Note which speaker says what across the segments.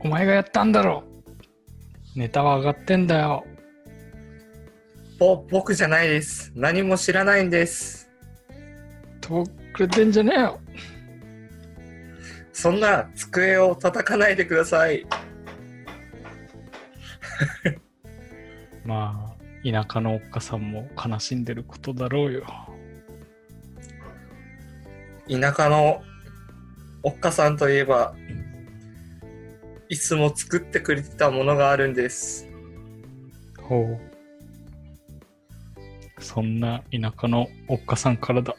Speaker 1: お前がやったんだろネタは上がってんだよ
Speaker 2: ぼ、僕じゃないです。何も知らないんです。
Speaker 1: とぼくれてんじゃねえよ
Speaker 2: そんな机を叩かないでください。
Speaker 1: まあ田舎のおっかさんも悲しんでることだろうよ
Speaker 2: 田舎のおっかさんといえば、いつも作ってくれてたものがあるんです。
Speaker 1: ほうそんな田舎のおっかさんからだ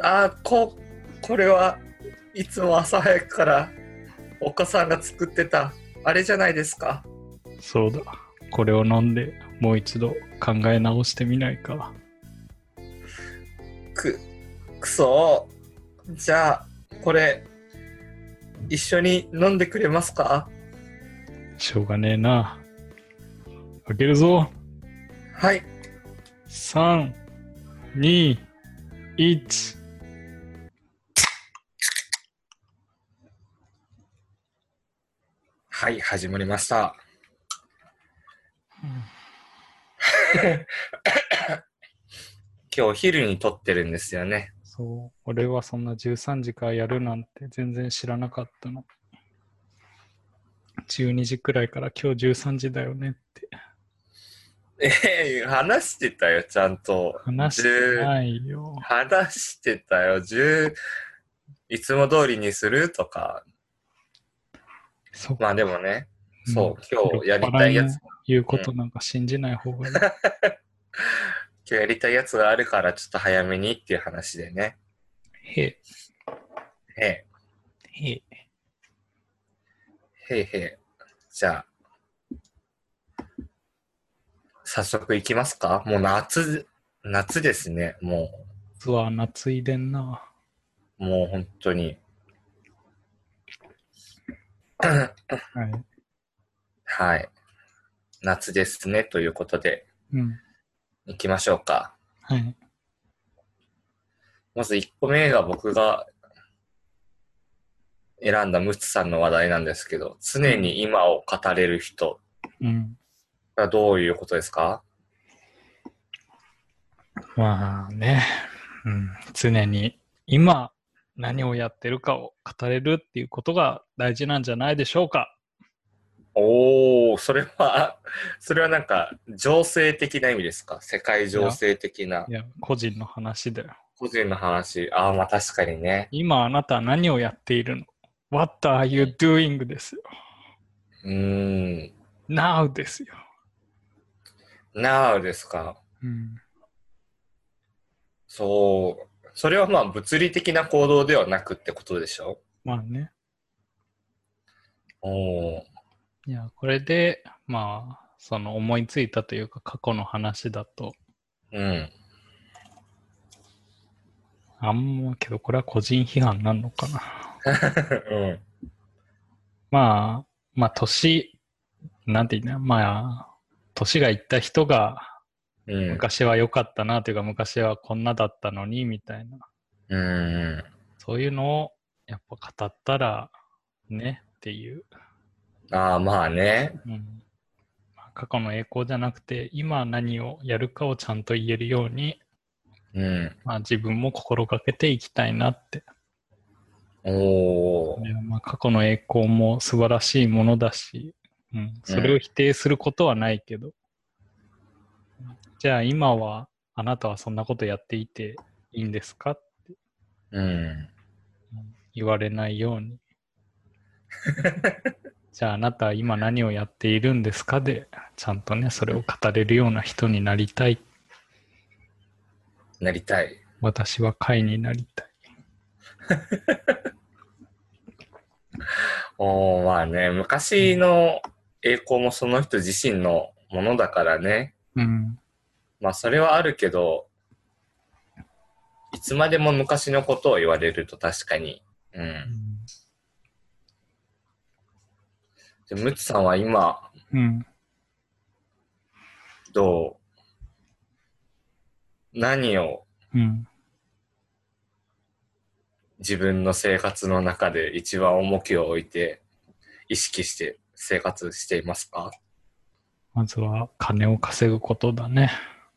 Speaker 2: ああ、こ、これはいつも朝早くからおっかさんが作ってたあれじゃないですか。
Speaker 1: そうだこれを飲んでもう一度考え直してみないか
Speaker 2: く、くそー。じゃあ、これ、一緒に飲んでくれますか
Speaker 1: しょうがねえな開けるぞ
Speaker 2: はい。
Speaker 1: 3、2、1。
Speaker 2: はい、始まりました。今日お昼に撮ってるんですよね。
Speaker 1: そう、俺はそんな13時からやるなんて全然知らなかったの。12時くらいから今日13時だよねって
Speaker 2: ええ話してたよ、ちゃんと。
Speaker 1: 話してないよ。
Speaker 2: 話してたよ、十、いつも通りにするとか。
Speaker 1: そう、
Speaker 2: まあでもね、
Speaker 1: うん
Speaker 2: そう、今日やりたいや
Speaker 1: 酔っ
Speaker 2: つ、
Speaker 1: 払
Speaker 2: 今
Speaker 1: の言うことなんか信じない方がいい。
Speaker 2: 日やりたいやつがあるから、ちょっと早めにっていう話でね。
Speaker 1: へ
Speaker 2: へ
Speaker 1: え、へえ。
Speaker 2: え、へえへえ。じゃあ、早速いきますかもう夏、夏ですね、もう。
Speaker 1: 実は夏いでんな。
Speaker 2: もう本当に。
Speaker 1: はい。
Speaker 2: はい。夏ですね、ということで、
Speaker 1: うん。
Speaker 2: 行きましょうか。
Speaker 1: はい。
Speaker 2: まず1個目が僕が選んだムツさんの話題なんですけど、常に今を語れる人
Speaker 1: うん。
Speaker 2: はどういうことですか
Speaker 1: まあね、うん、常に今何をやってるかを語れるっていうことが大事なんじゃないでしょうか。
Speaker 2: おー、それは、 それはなんか、情勢的な意味ですか世界情勢的ない
Speaker 1: や、個人の話だよ。
Speaker 2: 個人の話。ああ、まあ確かにね。
Speaker 1: 今あなたは何をやっているの ?What are you doing? ですよ。
Speaker 2: うーん。
Speaker 1: Now ですよ。
Speaker 2: なあですか。
Speaker 1: うん、
Speaker 2: そう。それはまあ物理的な行動ではなくってことでしょ
Speaker 1: まあね。
Speaker 2: おー
Speaker 1: いや、これで、まあ、その思いついたというか過去の話だと、
Speaker 2: うん。
Speaker 1: あんまけどこれは個人批判なんのかな。
Speaker 2: うん。
Speaker 1: まあ、まあ、年、なんて言うんだまあ、年がいった人が、
Speaker 2: うん。
Speaker 1: 昔は良かったなというか、昔はこんなだったのに、みたいな。
Speaker 2: うん。
Speaker 1: そういうのを、やっぱ語ったら、ね、っていう。
Speaker 2: ああ、まあね。
Speaker 1: うんまあ過去の栄光じゃなくて、今何をやるかをちゃんと言えるように、
Speaker 2: うん。
Speaker 1: まあ、自分も心がけていきたいなって。
Speaker 2: おー。
Speaker 1: でまあ、過去の栄光も素晴らしいものだし、うん、それを否定することはないけど、じゃあ今はあなたはそんなことやっていていいんですかって
Speaker 2: うん。
Speaker 1: 言われないよう に。じゃああなたは今何をやっているんですかで、ちゃんとね、それを語れるような人になりたい。
Speaker 2: なりたい。
Speaker 1: 私は会になりたい。
Speaker 2: おー、まあね。昔の栄光もその人自身のものだからね。
Speaker 1: うん。
Speaker 2: まあ、それはあるけど、いつまでも昔のことを言われると確かに。うん。で、ムツさんは今、
Speaker 1: うん。
Speaker 2: どう何を
Speaker 1: うん。
Speaker 2: 自分の生活の中で一番重きを置いて意識して生活していますか
Speaker 1: まずは金を稼ぐことだね。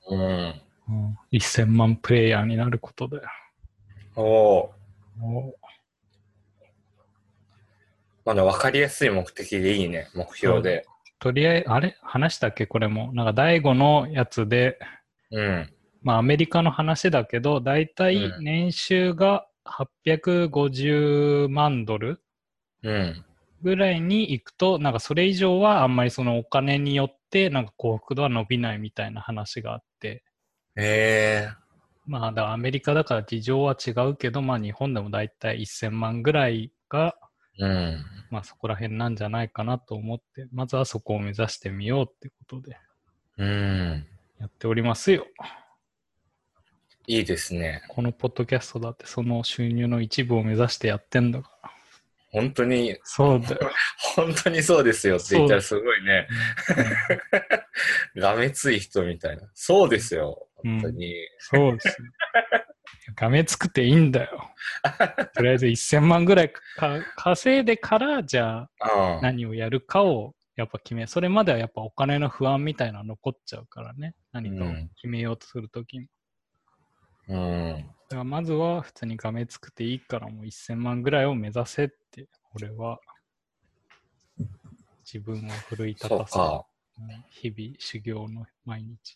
Speaker 2: うん。
Speaker 1: うん、1000万プレイヤーになることだよ。
Speaker 2: おお
Speaker 1: おう
Speaker 2: まだ分かりやすい目的でいいね、目標で。
Speaker 1: とりあえず、あれ話したっけこれも。なんか、第5のやつで、
Speaker 2: うん。
Speaker 1: まあ、アメリカの話だけど、だいたい
Speaker 2: うん
Speaker 1: 年収が850万ドル
Speaker 2: うん。
Speaker 1: ぐらいに行くと、なんか、それ以上はあんまりそのお金によって、なんか幸福度は伸びないみたいな話があって、
Speaker 2: ええ
Speaker 1: まあ、だからアメリカだから事情は違うけど、まあ、日本でもだいたい1000万ぐらいが、
Speaker 2: うん。
Speaker 1: まあ、そこら辺なんじゃないかなと思って、まずはそこを目指してみようってことで
Speaker 2: うん。
Speaker 1: やっておりますよ。
Speaker 2: いいですね。
Speaker 1: このポッドキャストだってその収入の一部を目指してやってんだから。
Speaker 2: 本当に、
Speaker 1: そうだよ。
Speaker 2: 本当にそうですよって言ったらすごいね、がめつい人みたいな。そうですよ、
Speaker 1: うん
Speaker 2: 本当に。
Speaker 1: そうですよ。がめつくていいんだよ。とりあえず1000万ぐらいか稼いでから、じゃあ
Speaker 2: うん。
Speaker 1: 何をやるかをやっぱ決め、それまではやっぱお金の不安みたいなの残っちゃうからね。何かを決めようとするときに。
Speaker 2: うん。
Speaker 1: だからまずは普通にがめつくていいからもう1000万ぐらいを目指せって、俺は自分を奮い立
Speaker 2: そう
Speaker 1: たせる
Speaker 2: か。
Speaker 1: うん日々修行の毎日。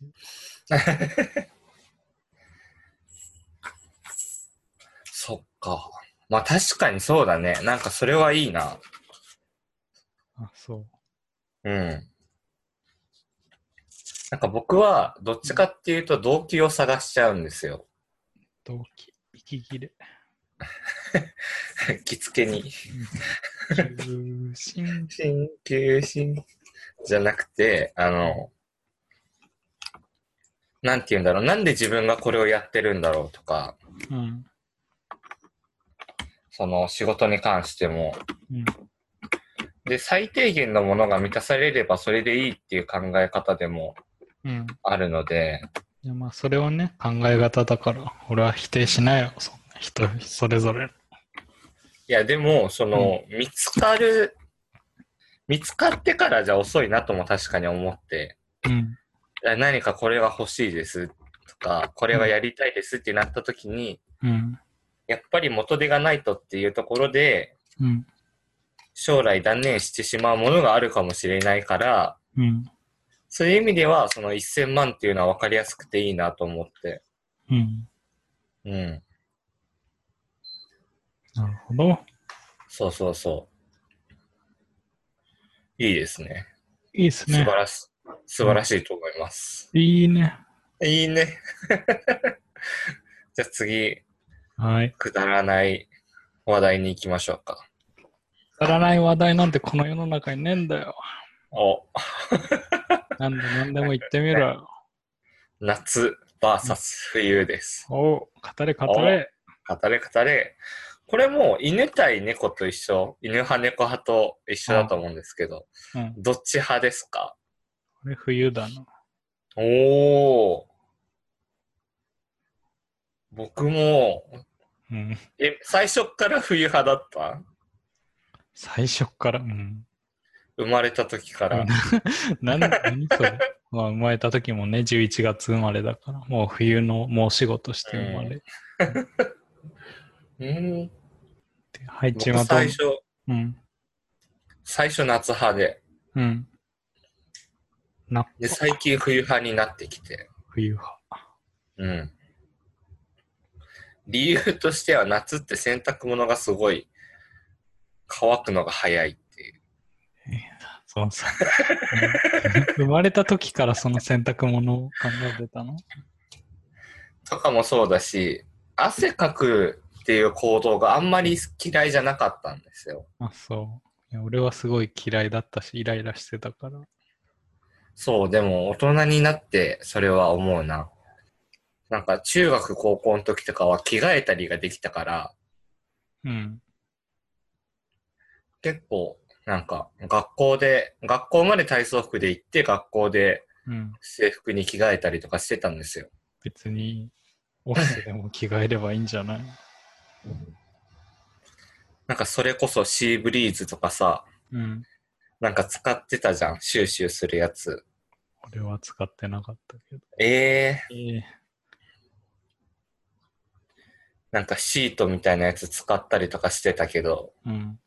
Speaker 2: そっか。まあ確かにそうだね。なんかそれはいいな。
Speaker 1: あ、そう。
Speaker 2: うん。なんか僕は、どっちかっていうと動機を探しちゃうんですよ。
Speaker 1: 動機、息切れ。
Speaker 2: 着付けに。
Speaker 1: 重心。
Speaker 2: 鍼灸師じゃなくて、あの、なんて言うんだろう。なんで自分がこれをやってるんだろうとか、
Speaker 1: うん。
Speaker 2: その仕事に関しても。
Speaker 1: うん。
Speaker 2: で、最低限のものが満たされればそれでいいっていう考え方でも
Speaker 1: うん。
Speaker 2: あるので、
Speaker 1: いやまあ、それをね、考え方だから、俺は否定しないよ。そんな人、それぞれ。
Speaker 2: いや、でも、その、見つかる、見つかってからじゃ遅いなとも確かに思って、
Speaker 1: うん。
Speaker 2: いや何かこれが欲しいですとか、これがやりたいですってなった時に、
Speaker 1: うん。
Speaker 2: やっぱり元手がないとっていうところで、
Speaker 1: うん。
Speaker 2: 将来断念してしまうものがあるかもしれないから、
Speaker 1: うん。
Speaker 2: そういう意味では、その1000万っていうのは分かりやすくていいなと思って。
Speaker 1: うん。
Speaker 2: うん。
Speaker 1: なるほど。
Speaker 2: そうそうそう。いいですね。
Speaker 1: いいです
Speaker 2: 素晴
Speaker 1: ね。
Speaker 2: らし、素晴らしいと思います。
Speaker 1: いいね。
Speaker 2: いいね。 じゃあ次、
Speaker 1: はい。
Speaker 2: くだらない話題に行きましょうか。
Speaker 1: くだらない話題なんてこの世の中にねえんだよ。
Speaker 2: お、
Speaker 1: なんで何でも言ってみろよ。
Speaker 2: 夏 VS 冬です。
Speaker 1: おう、語れ語れ。
Speaker 2: 語れ語れ。これもう犬対猫と一緒、犬派猫派と一緒だと思うんですけど、
Speaker 1: うん。
Speaker 2: どっち派ですか
Speaker 1: これ冬だな。
Speaker 2: おお。僕も、
Speaker 1: うん。
Speaker 2: え、最初っから冬派だった
Speaker 1: 最初っから、うん。
Speaker 2: 生まれた時から。
Speaker 1: 何何それ、まあ、生まれた時もね、11月生まれだから、もう冬の申し子として生まれて、
Speaker 2: うん。
Speaker 1: 配置
Speaker 2: 僕
Speaker 1: はどう
Speaker 2: 最初、
Speaker 1: うん。
Speaker 2: 最初夏派で。
Speaker 1: うん。な、
Speaker 2: で、最近冬派になってきて。
Speaker 1: 冬派。
Speaker 2: うん。理由としては夏って洗濯物がすごい乾くのが早いっていう。
Speaker 1: そうそう。生まれた時からその洗濯物を考えてたの
Speaker 2: とかもそうだし、汗かくっていう行動があんまり嫌いじゃなかったんですよ。
Speaker 1: あ、そう。いや俺はすごい嫌いだったし、イライラしてたから。
Speaker 2: そう、でも大人になってそれは思うな。なんか中学高校の時とかは着替えたりができたから、
Speaker 1: うん。
Speaker 2: 結構なんか学校で、学校まで体操服で行って学校で
Speaker 1: うん。
Speaker 2: 制服に着替えたりとかしてたんですよ。
Speaker 1: 別に、オフィスでも着替えればいいんじゃない
Speaker 2: なんかそれこそシーブリーズとかさ、
Speaker 1: うん。
Speaker 2: なんか使ってたじゃん、シューシューするやつ。
Speaker 1: これは使ってなかったけど。
Speaker 2: ええ
Speaker 1: ええ
Speaker 2: なんかシートみたいなやつ使ったりとかしてたけど、
Speaker 1: うん。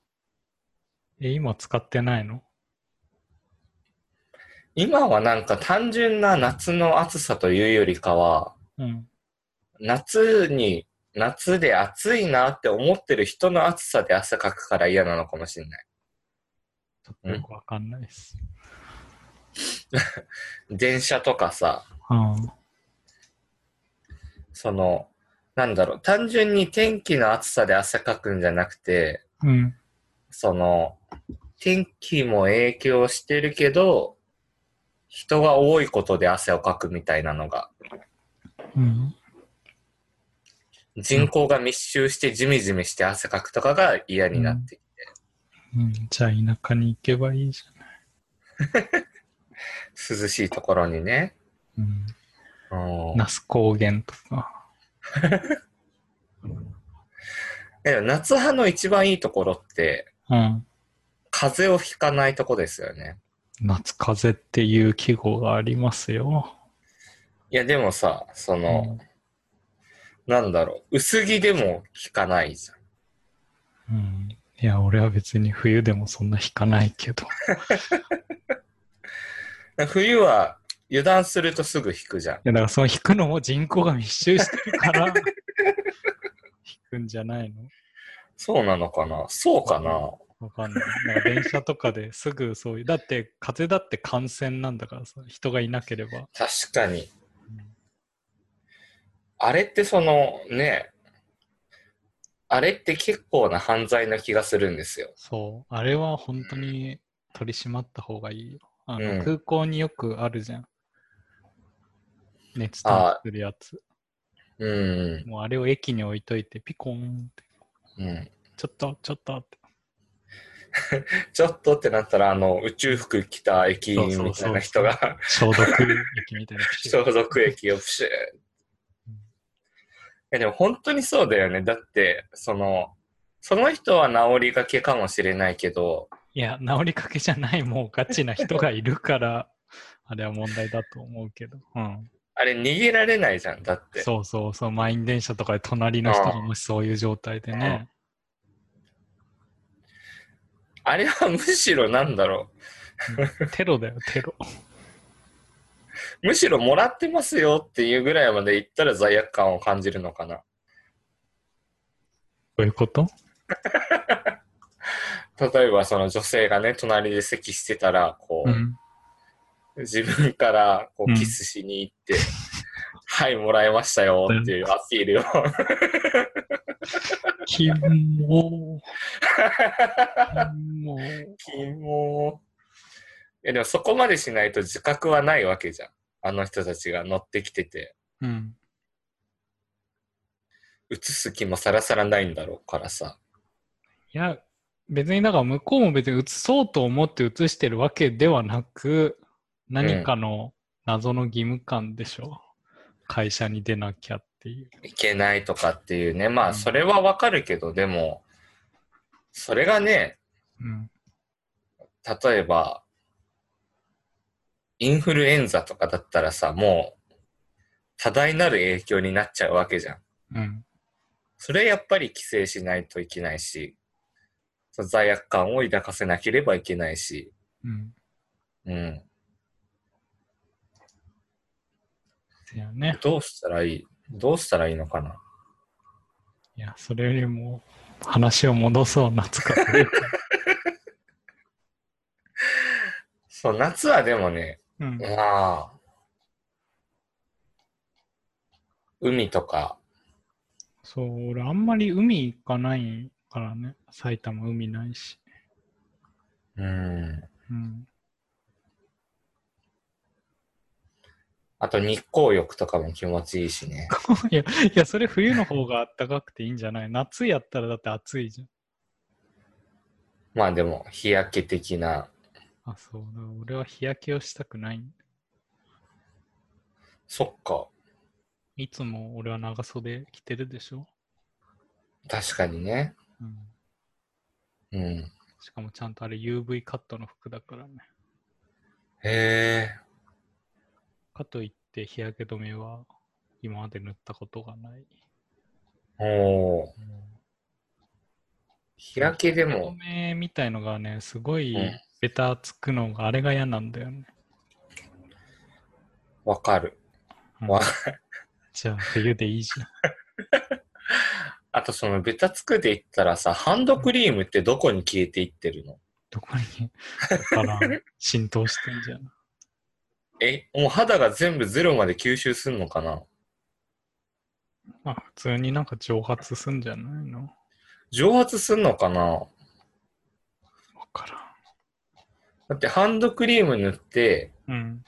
Speaker 1: え、今使ってないの
Speaker 2: 今はなんか単純な夏の暑さというよりかは、
Speaker 1: うん。
Speaker 2: 夏に、夏で暑いなって思ってる人の暑さで汗かくから嫌なのかもしれない。
Speaker 1: ちょっとよくわかんないです。
Speaker 2: 電車とかさ、
Speaker 1: うん。
Speaker 2: その、なんだろう、単純に天気の暑さで汗かくんじゃなくて、
Speaker 1: うん。
Speaker 2: その、天気も影響してるけど、人が多いことで汗をかくみたいなのが、
Speaker 1: うん。
Speaker 2: 人口が密集してジメジメして汗かくとかが嫌になってきて、
Speaker 1: うん、じゃあ田舎に行けばいいじ
Speaker 2: 涼しいところにね。
Speaker 1: ゃん。うん。
Speaker 2: うん
Speaker 1: 那須高原とか。
Speaker 2: でも夏派の一番いいところって、
Speaker 1: うん。
Speaker 2: 風邪をひかないとこですよね。
Speaker 1: 夏風邪っていう季語がありますよ。
Speaker 2: いや、でもさ、その、なんだろう、薄着でもひかないじゃん。
Speaker 1: うん。いや、俺は別に冬でもそんな引かないけど。 い
Speaker 2: 冬は油断するとすぐ引くじゃん。
Speaker 1: や、だからその引くのも人口が密集してる から、引くんじゃないの
Speaker 2: そうなのかなそうかな
Speaker 1: わかんない。なんか電車とかですぐそういう。だって、風邪だって感染なんだからさ、人がいなければ。
Speaker 2: 確かに。あれってそのね、あれって結構な犯罪な気がするんですよ。
Speaker 1: そう。あれは本当に取り締まった方がいいよ。あの、
Speaker 2: うん
Speaker 1: 空港によくあるじゃん。熱探
Speaker 2: あー
Speaker 1: 知するやつ。
Speaker 2: うん。
Speaker 1: もうあれを駅に置いといて、ピコーンって、
Speaker 2: うん、
Speaker 1: ちょっと、ちょっとって。
Speaker 2: ちょっとってなったら、あの、宇宙服着た駅員みたいな人
Speaker 1: そう
Speaker 2: が、
Speaker 1: 消毒液みたいな。
Speaker 2: 消毒液をプシュー。いやでも本当にそうだよね。だって、その、その人は治りがけかもしれないけど、
Speaker 1: いや、治りかけじゃない、もうガチな人がいるから、あれは問題だと思うけど。うん。
Speaker 2: あれ逃げられないじゃん。だって。
Speaker 1: そうそうそう、満員電車とかで隣の人がもしそういう状態でね。
Speaker 2: あれはむしろなんだろ
Speaker 1: テロだよ、テロ。
Speaker 2: う。むしろもらってますよっていうぐらいまで行ったら罪悪感を感じるのかな。
Speaker 1: どういうこと
Speaker 2: 例えばその女性がね、隣で席してたら、こう、
Speaker 1: うん。
Speaker 2: 自分からこ
Speaker 1: う
Speaker 2: うんキスしに行って、 はい、もらいましたよっていうアピールを。
Speaker 1: キ モー。キモー。
Speaker 2: キモ ーいやでもそこまでしないと自覚はないわけじゃん。あの人たちが乗ってきてて、
Speaker 1: うん。
Speaker 2: 映す気もさらさらないんだろうからさ。
Speaker 1: いや、別にだから向こうも別に映そうと思って映してるわけではなく、何かの謎の義務感でしょ。会社に出なきゃっていう。
Speaker 2: いけないとかっていうね。
Speaker 1: う
Speaker 2: まあ、
Speaker 1: ん
Speaker 2: それはわかるけど、でも、それがね、
Speaker 1: うん。
Speaker 2: 例えば、インフルエンザとかだったらさ、もう、多大なる影響になっちゃうわけじゃん。
Speaker 1: うん。
Speaker 2: それやっぱり規制しないといけないし、その罪悪感を抱かせなければいけないし、
Speaker 1: うん。
Speaker 2: うん。
Speaker 1: ですよね。
Speaker 2: どうしたらいいどうしたらいいのかない
Speaker 1: や、それよりも話を戻そう、夏か。
Speaker 2: そう、夏はでもね、
Speaker 1: うん。
Speaker 2: まあ、海とか、
Speaker 1: そう、俺あんまり海行かないからね。埼玉海ないし。
Speaker 2: うん。
Speaker 1: うん。
Speaker 2: あと日光浴とかも気持ちいいしね。
Speaker 1: いや、いや、それ冬の方が暖かくていいんじゃない夏やったらだって暑いじゃん。
Speaker 2: まあでも、日焼け的な。
Speaker 1: あ、そうだ。俺は日焼けをしたくないんだ。
Speaker 2: そっか。
Speaker 1: いつも俺は長袖着てるでしょ
Speaker 2: 確かにね。
Speaker 1: うん。
Speaker 2: うん。
Speaker 1: しかもちゃんとあれ UV カットの服だからね。
Speaker 2: へえ。
Speaker 1: かといって日焼け止めは今まで塗ったことがない。
Speaker 2: おお。日焼けでも
Speaker 1: 日焼、け止めみたいのがね、すごい
Speaker 2: うん
Speaker 1: ベタつくのがあれが嫌なんだよね。
Speaker 2: わかる。
Speaker 1: うん
Speaker 2: わ
Speaker 1: じゃあ冬でいいじ ゃん。
Speaker 2: あとそのベタつくで言ったらさ、ハンドクリームってどこに消えていってるの
Speaker 1: どこにだから浸透してんじゃん。
Speaker 2: え、もう肌が全部ゼロまで吸収すんのかな
Speaker 1: まあ普通になんか蒸発すんじゃないの
Speaker 2: 蒸発すんのかな
Speaker 1: わから
Speaker 2: だってハンドクリーム塗って、
Speaker 1: ん。うん。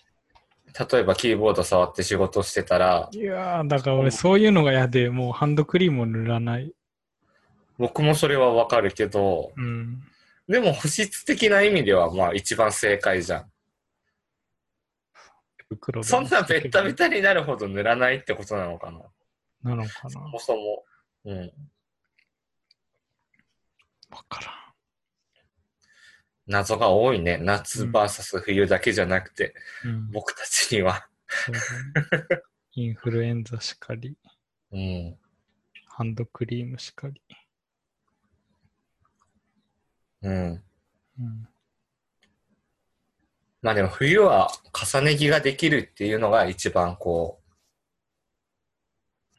Speaker 2: 例えばキーボード触って仕事してたら、
Speaker 1: いやー、だから俺そういうのが嫌で、もうハンドクリームを塗らない。
Speaker 2: 僕もそれはわかるけど、
Speaker 1: うん。
Speaker 2: でも保湿的な意味ではまあ一番正解じゃん。
Speaker 1: 袋で
Speaker 2: そんなベッタベタになるほど塗らないってことなのかな
Speaker 1: なのかな
Speaker 2: そもそも。うん。
Speaker 1: わからん。
Speaker 2: 謎が多いね。夏
Speaker 1: うん
Speaker 2: VS 冬だけじゃなくて、
Speaker 1: うん、
Speaker 2: 僕たちには。
Speaker 1: そうだねインフルエンザしかり、
Speaker 2: うん。
Speaker 1: ハンドクリームしかり。
Speaker 2: うん。
Speaker 1: うん、
Speaker 2: まあでも冬は重ね着ができるっていうのが一番こう、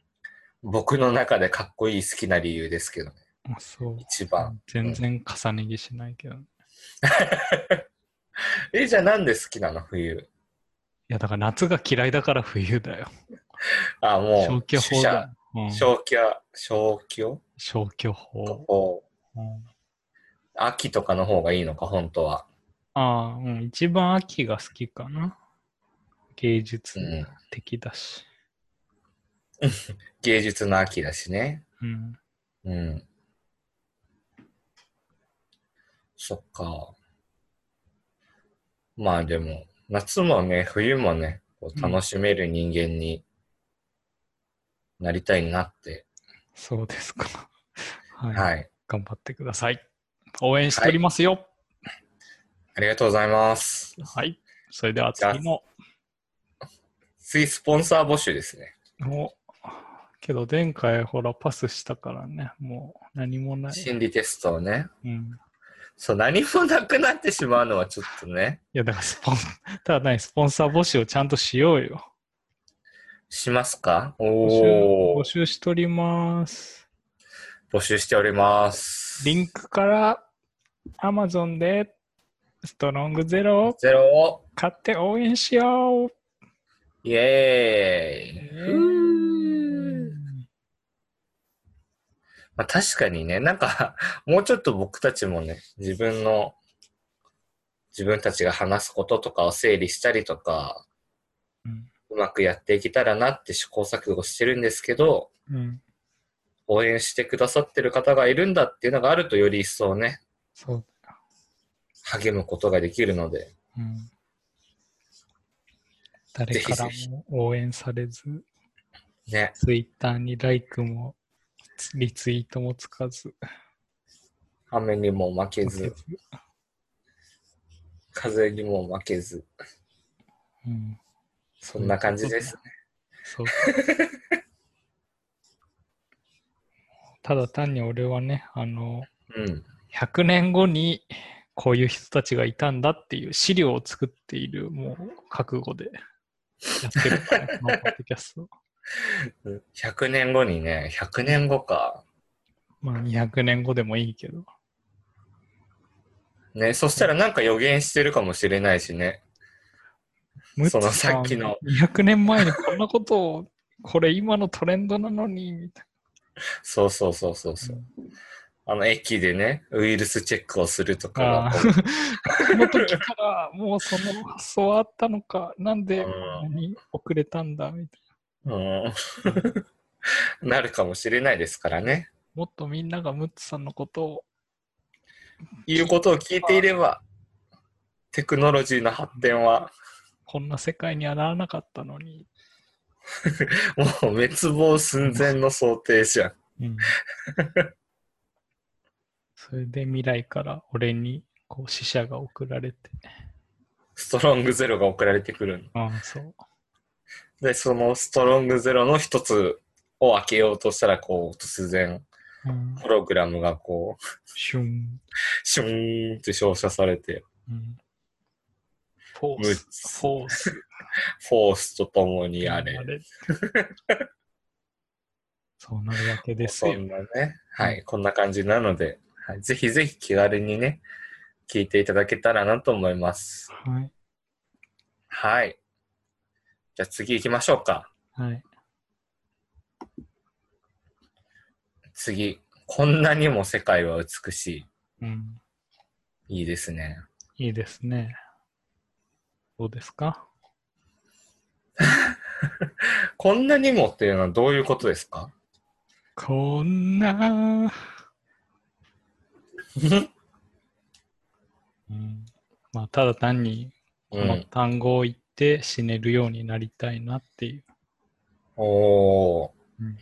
Speaker 2: 僕の中でかっこいい好きな理由ですけどね。
Speaker 1: あそう。
Speaker 2: 一番。
Speaker 1: 全然重ね着しないけど、ね。
Speaker 2: え、じゃあなんで好きなの冬。
Speaker 1: いや、だから夏が嫌いだから冬だよ。
Speaker 2: あ、も
Speaker 1: 消
Speaker 2: う、
Speaker 1: 去法だよ。うん
Speaker 2: 取捨消去、消去
Speaker 1: 消去法。
Speaker 2: こう
Speaker 1: うん
Speaker 2: 秋とかの方がいいのか、本当は。
Speaker 1: ああ、うん。一番秋が好きかな。芸術
Speaker 2: うん
Speaker 1: 的だし。
Speaker 2: 芸術の秋だしね。
Speaker 1: うん。
Speaker 2: うん。そっか。まあでも、夏もね、冬もね、こう
Speaker 1: うん
Speaker 2: 楽しめる人間になりたいなって。
Speaker 1: そうですか。はい。
Speaker 2: はい。
Speaker 1: 頑張ってください。応援しておりますよ。
Speaker 2: ありがとうございます。
Speaker 1: はい。それでは次の。
Speaker 2: 次、スポンサー募集ですね。
Speaker 1: もう、けど前回ほらパスしたからね、もう何もない。
Speaker 2: 心理テストをね。
Speaker 1: うん、
Speaker 2: そう、何もなくなってしまうのはちょっとね、
Speaker 1: いやだからスポン、 ただね、スポンサー募集をちゃんとしようよ。
Speaker 2: しますか
Speaker 1: 募集
Speaker 2: お
Speaker 1: 募
Speaker 2: ー、
Speaker 1: 集しております。
Speaker 2: 募集しております。
Speaker 1: リンクから Amazon でストロングゼロを
Speaker 2: ゼロ
Speaker 1: 買って応援しよう。
Speaker 2: イエーイ。まあ、確かにね、なんか、 もうちょっと僕たちもね、自分の、自分たちが話すこととかを整理したりとか、
Speaker 1: うん
Speaker 2: うまくやっていけたらなって試行錯誤してるんですけど、
Speaker 1: うん、
Speaker 2: 応援してくださってる方がいるんだっていうのがあるとより一層ね、
Speaker 1: そうだよ。
Speaker 2: 励むことができるので、
Speaker 1: うん、誰からも応援されず。
Speaker 2: ね、
Speaker 1: ツイッターにライクもつリツイートもつかず、
Speaker 2: 雨にも負け
Speaker 1: せ
Speaker 2: ず
Speaker 1: ず、
Speaker 2: 風にも負けず、
Speaker 1: うん、
Speaker 2: そんな感じです。
Speaker 1: そう。 ただ単に俺はね、あの、
Speaker 2: うん。
Speaker 1: 100年後にこういう人たちがいたんだっていう資料を作っている、もう覚悟でやってるから、 ね、このポッドキャストを。
Speaker 2: 100年後にね、100年後か。
Speaker 1: まあ200年後でもいいけど。
Speaker 2: ね、そしたらなんか予言してるかもしれないしね。そのさっきの
Speaker 1: ムッツさん200年前にこんなことを、これ今のトレンドなのに、みたい
Speaker 2: そうそうそうそうそう。あの、駅でね、ウイルスチェックをするとか
Speaker 1: な。あ
Speaker 2: が
Speaker 1: ー
Speaker 2: こう
Speaker 1: この時からもうその発想はあったのか、なんで
Speaker 2: うん
Speaker 1: こんなに遅れたんだみたいな。
Speaker 2: うん、 なるかもしれないですからね。
Speaker 1: もっとみんながムッツさんのことを、
Speaker 2: いうことを聞いていれば、テクノロジーの発展は、
Speaker 1: こんな世界にはならなかったのに。
Speaker 2: もう滅亡寸前の想定じゃん。
Speaker 1: うん、 それで未来から俺にこう死者が送られて。
Speaker 2: ストロングゼロが送られてくるの
Speaker 1: ああ、そう。
Speaker 2: で、そのストロングゼロの一つを開けようとしたら、こう、突然、
Speaker 1: うん、
Speaker 2: ホログラムがこう、
Speaker 1: シュン。
Speaker 2: シューンって照射されて、
Speaker 1: うん、フォ
Speaker 2: む
Speaker 1: ー
Speaker 2: っ
Speaker 1: ス。フォース。
Speaker 2: フォースとともにあれ。
Speaker 1: そうなるわけです
Speaker 2: そ
Speaker 1: よ
Speaker 2: ん。なね、はい、こんな感じなので、はい、ぜひぜひ気軽にね、聞いていただけたらなと思います。
Speaker 1: はい。
Speaker 2: はい。じゃあ次行きましょうか。
Speaker 1: はい。
Speaker 2: 次。こんなにも世界は美し
Speaker 1: うん。
Speaker 2: い。いいですね。
Speaker 1: いいですね。どうですか
Speaker 2: こんなにもっていうのはどういうことですか
Speaker 1: こんな、 うん。まあ、ただ単に、こ
Speaker 2: う
Speaker 1: の
Speaker 2: ん。
Speaker 1: 単語を言って死ねるようになりたいなっていう。
Speaker 2: おー
Speaker 1: うん。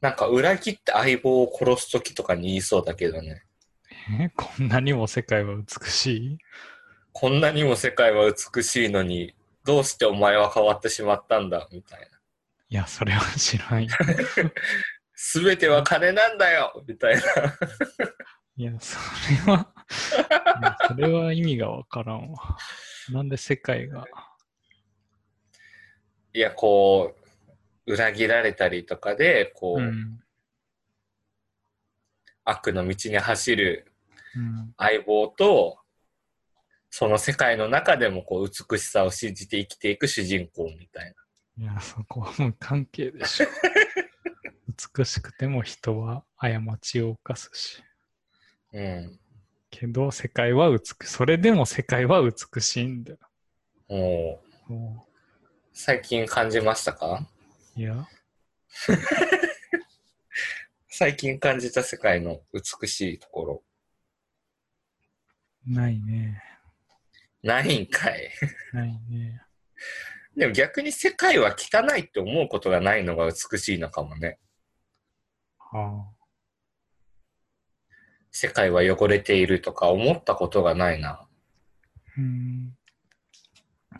Speaker 2: なんか裏切って相棒を殺すときとかに言いそうだけどね。
Speaker 1: え こんなにも世界は美しい
Speaker 2: こんなにも世界は美しいのに、どうしてお前は変わってしまったんだみたいな。
Speaker 1: いや、それは知らんよ。
Speaker 2: すべては金なんだよみたいな。
Speaker 1: いや、それはいや、それは意味がわからんわ。なんで世界が。
Speaker 2: いや、こう、裏切られたりとかで、こ
Speaker 1: う
Speaker 2: う、
Speaker 1: ん。
Speaker 2: 悪の道に走る
Speaker 1: うん。
Speaker 2: 相棒と、その世界の中でもこう美しさを信じて生きていく主人公みたい
Speaker 1: いや、そこは無関係でしょ。美しくても人は過ちを犯すし。
Speaker 2: な。うん。
Speaker 1: けど、世界は美しい。それでも世界は美しいんだよ。
Speaker 2: もう、
Speaker 1: も
Speaker 2: 最近感じましたか
Speaker 1: ういや、
Speaker 2: 最近感じた世界の美しいところ。
Speaker 1: ないね。
Speaker 2: ないんかい。
Speaker 1: ないね。
Speaker 2: でも逆に世界は汚いって思うことがないのが美しいのかもね。
Speaker 1: あ
Speaker 2: 世界は汚れているとか思ったことがないな。
Speaker 1: あ。うん。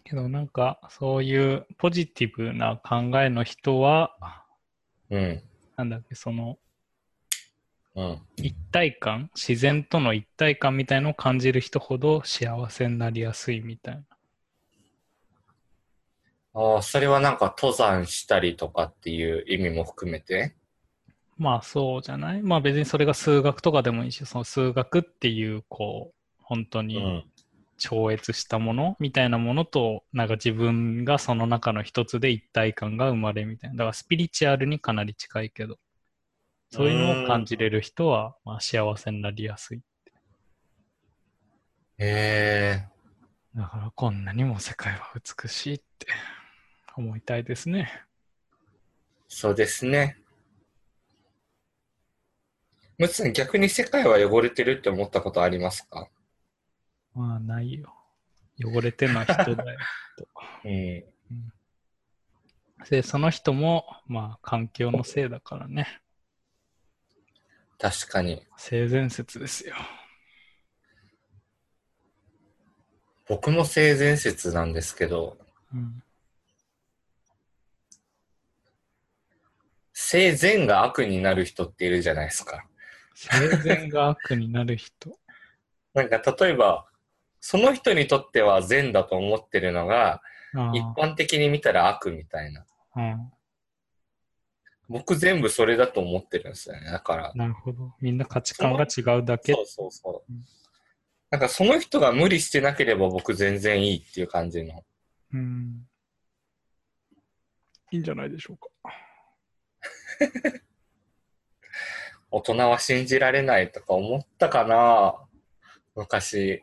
Speaker 1: けど、なんか、そういうポジティブな考えの人は、
Speaker 2: うん。
Speaker 1: なんだっけ、その、
Speaker 2: うん。
Speaker 1: 一体感自然との一体感みたいのを感じる人ほど幸せになりやすいみたいな。
Speaker 2: ああ、それはなんか登山したりとかっていう意味も含めて。
Speaker 1: まあそうじゃないまあ別にそれが数学とかでもいいし、その数学っていう、こう、本当
Speaker 2: う
Speaker 1: に
Speaker 2: ん。
Speaker 1: 超越したものみたいなものと、なんか自分がその中の一つで一体感が生まれるみたいな。だからスピリチュアルにかなり近いけど、そういうのを感じれる人は、まあ幸せになりやすい。
Speaker 2: へえ。
Speaker 1: だからこんなにも世界は美しいって思いたいですね。
Speaker 2: そうですね。むつさん、逆に世界は汚れてるって思ったことありますか
Speaker 1: まあないよ。汚れてない人だ よ。
Speaker 2: うん。
Speaker 1: で、その人も、まあ環境のせいだからね。
Speaker 2: 確かに。
Speaker 1: 性善説ですよ。
Speaker 2: 僕も性善説なんですけど、
Speaker 1: うん。
Speaker 2: 性善が悪になる人っているじゃないですか。
Speaker 1: 性善が悪になる 人。
Speaker 2: なんか例えば、その人にとっては善だと思ってるのが、
Speaker 1: あ
Speaker 2: 一般的に見たら悪みたいな。
Speaker 1: あ、うん。
Speaker 2: 僕全部それだと思ってるんですよね。だから、
Speaker 1: なるほど。みんな価値観が違うだけ
Speaker 2: そ。うそうそう
Speaker 1: うん。
Speaker 2: なんかその人が無理してなければ僕全然いいっていう感じの。
Speaker 1: うん。いいんじゃないでしょうか。
Speaker 2: 大人は信じられないとか思ったかな昔。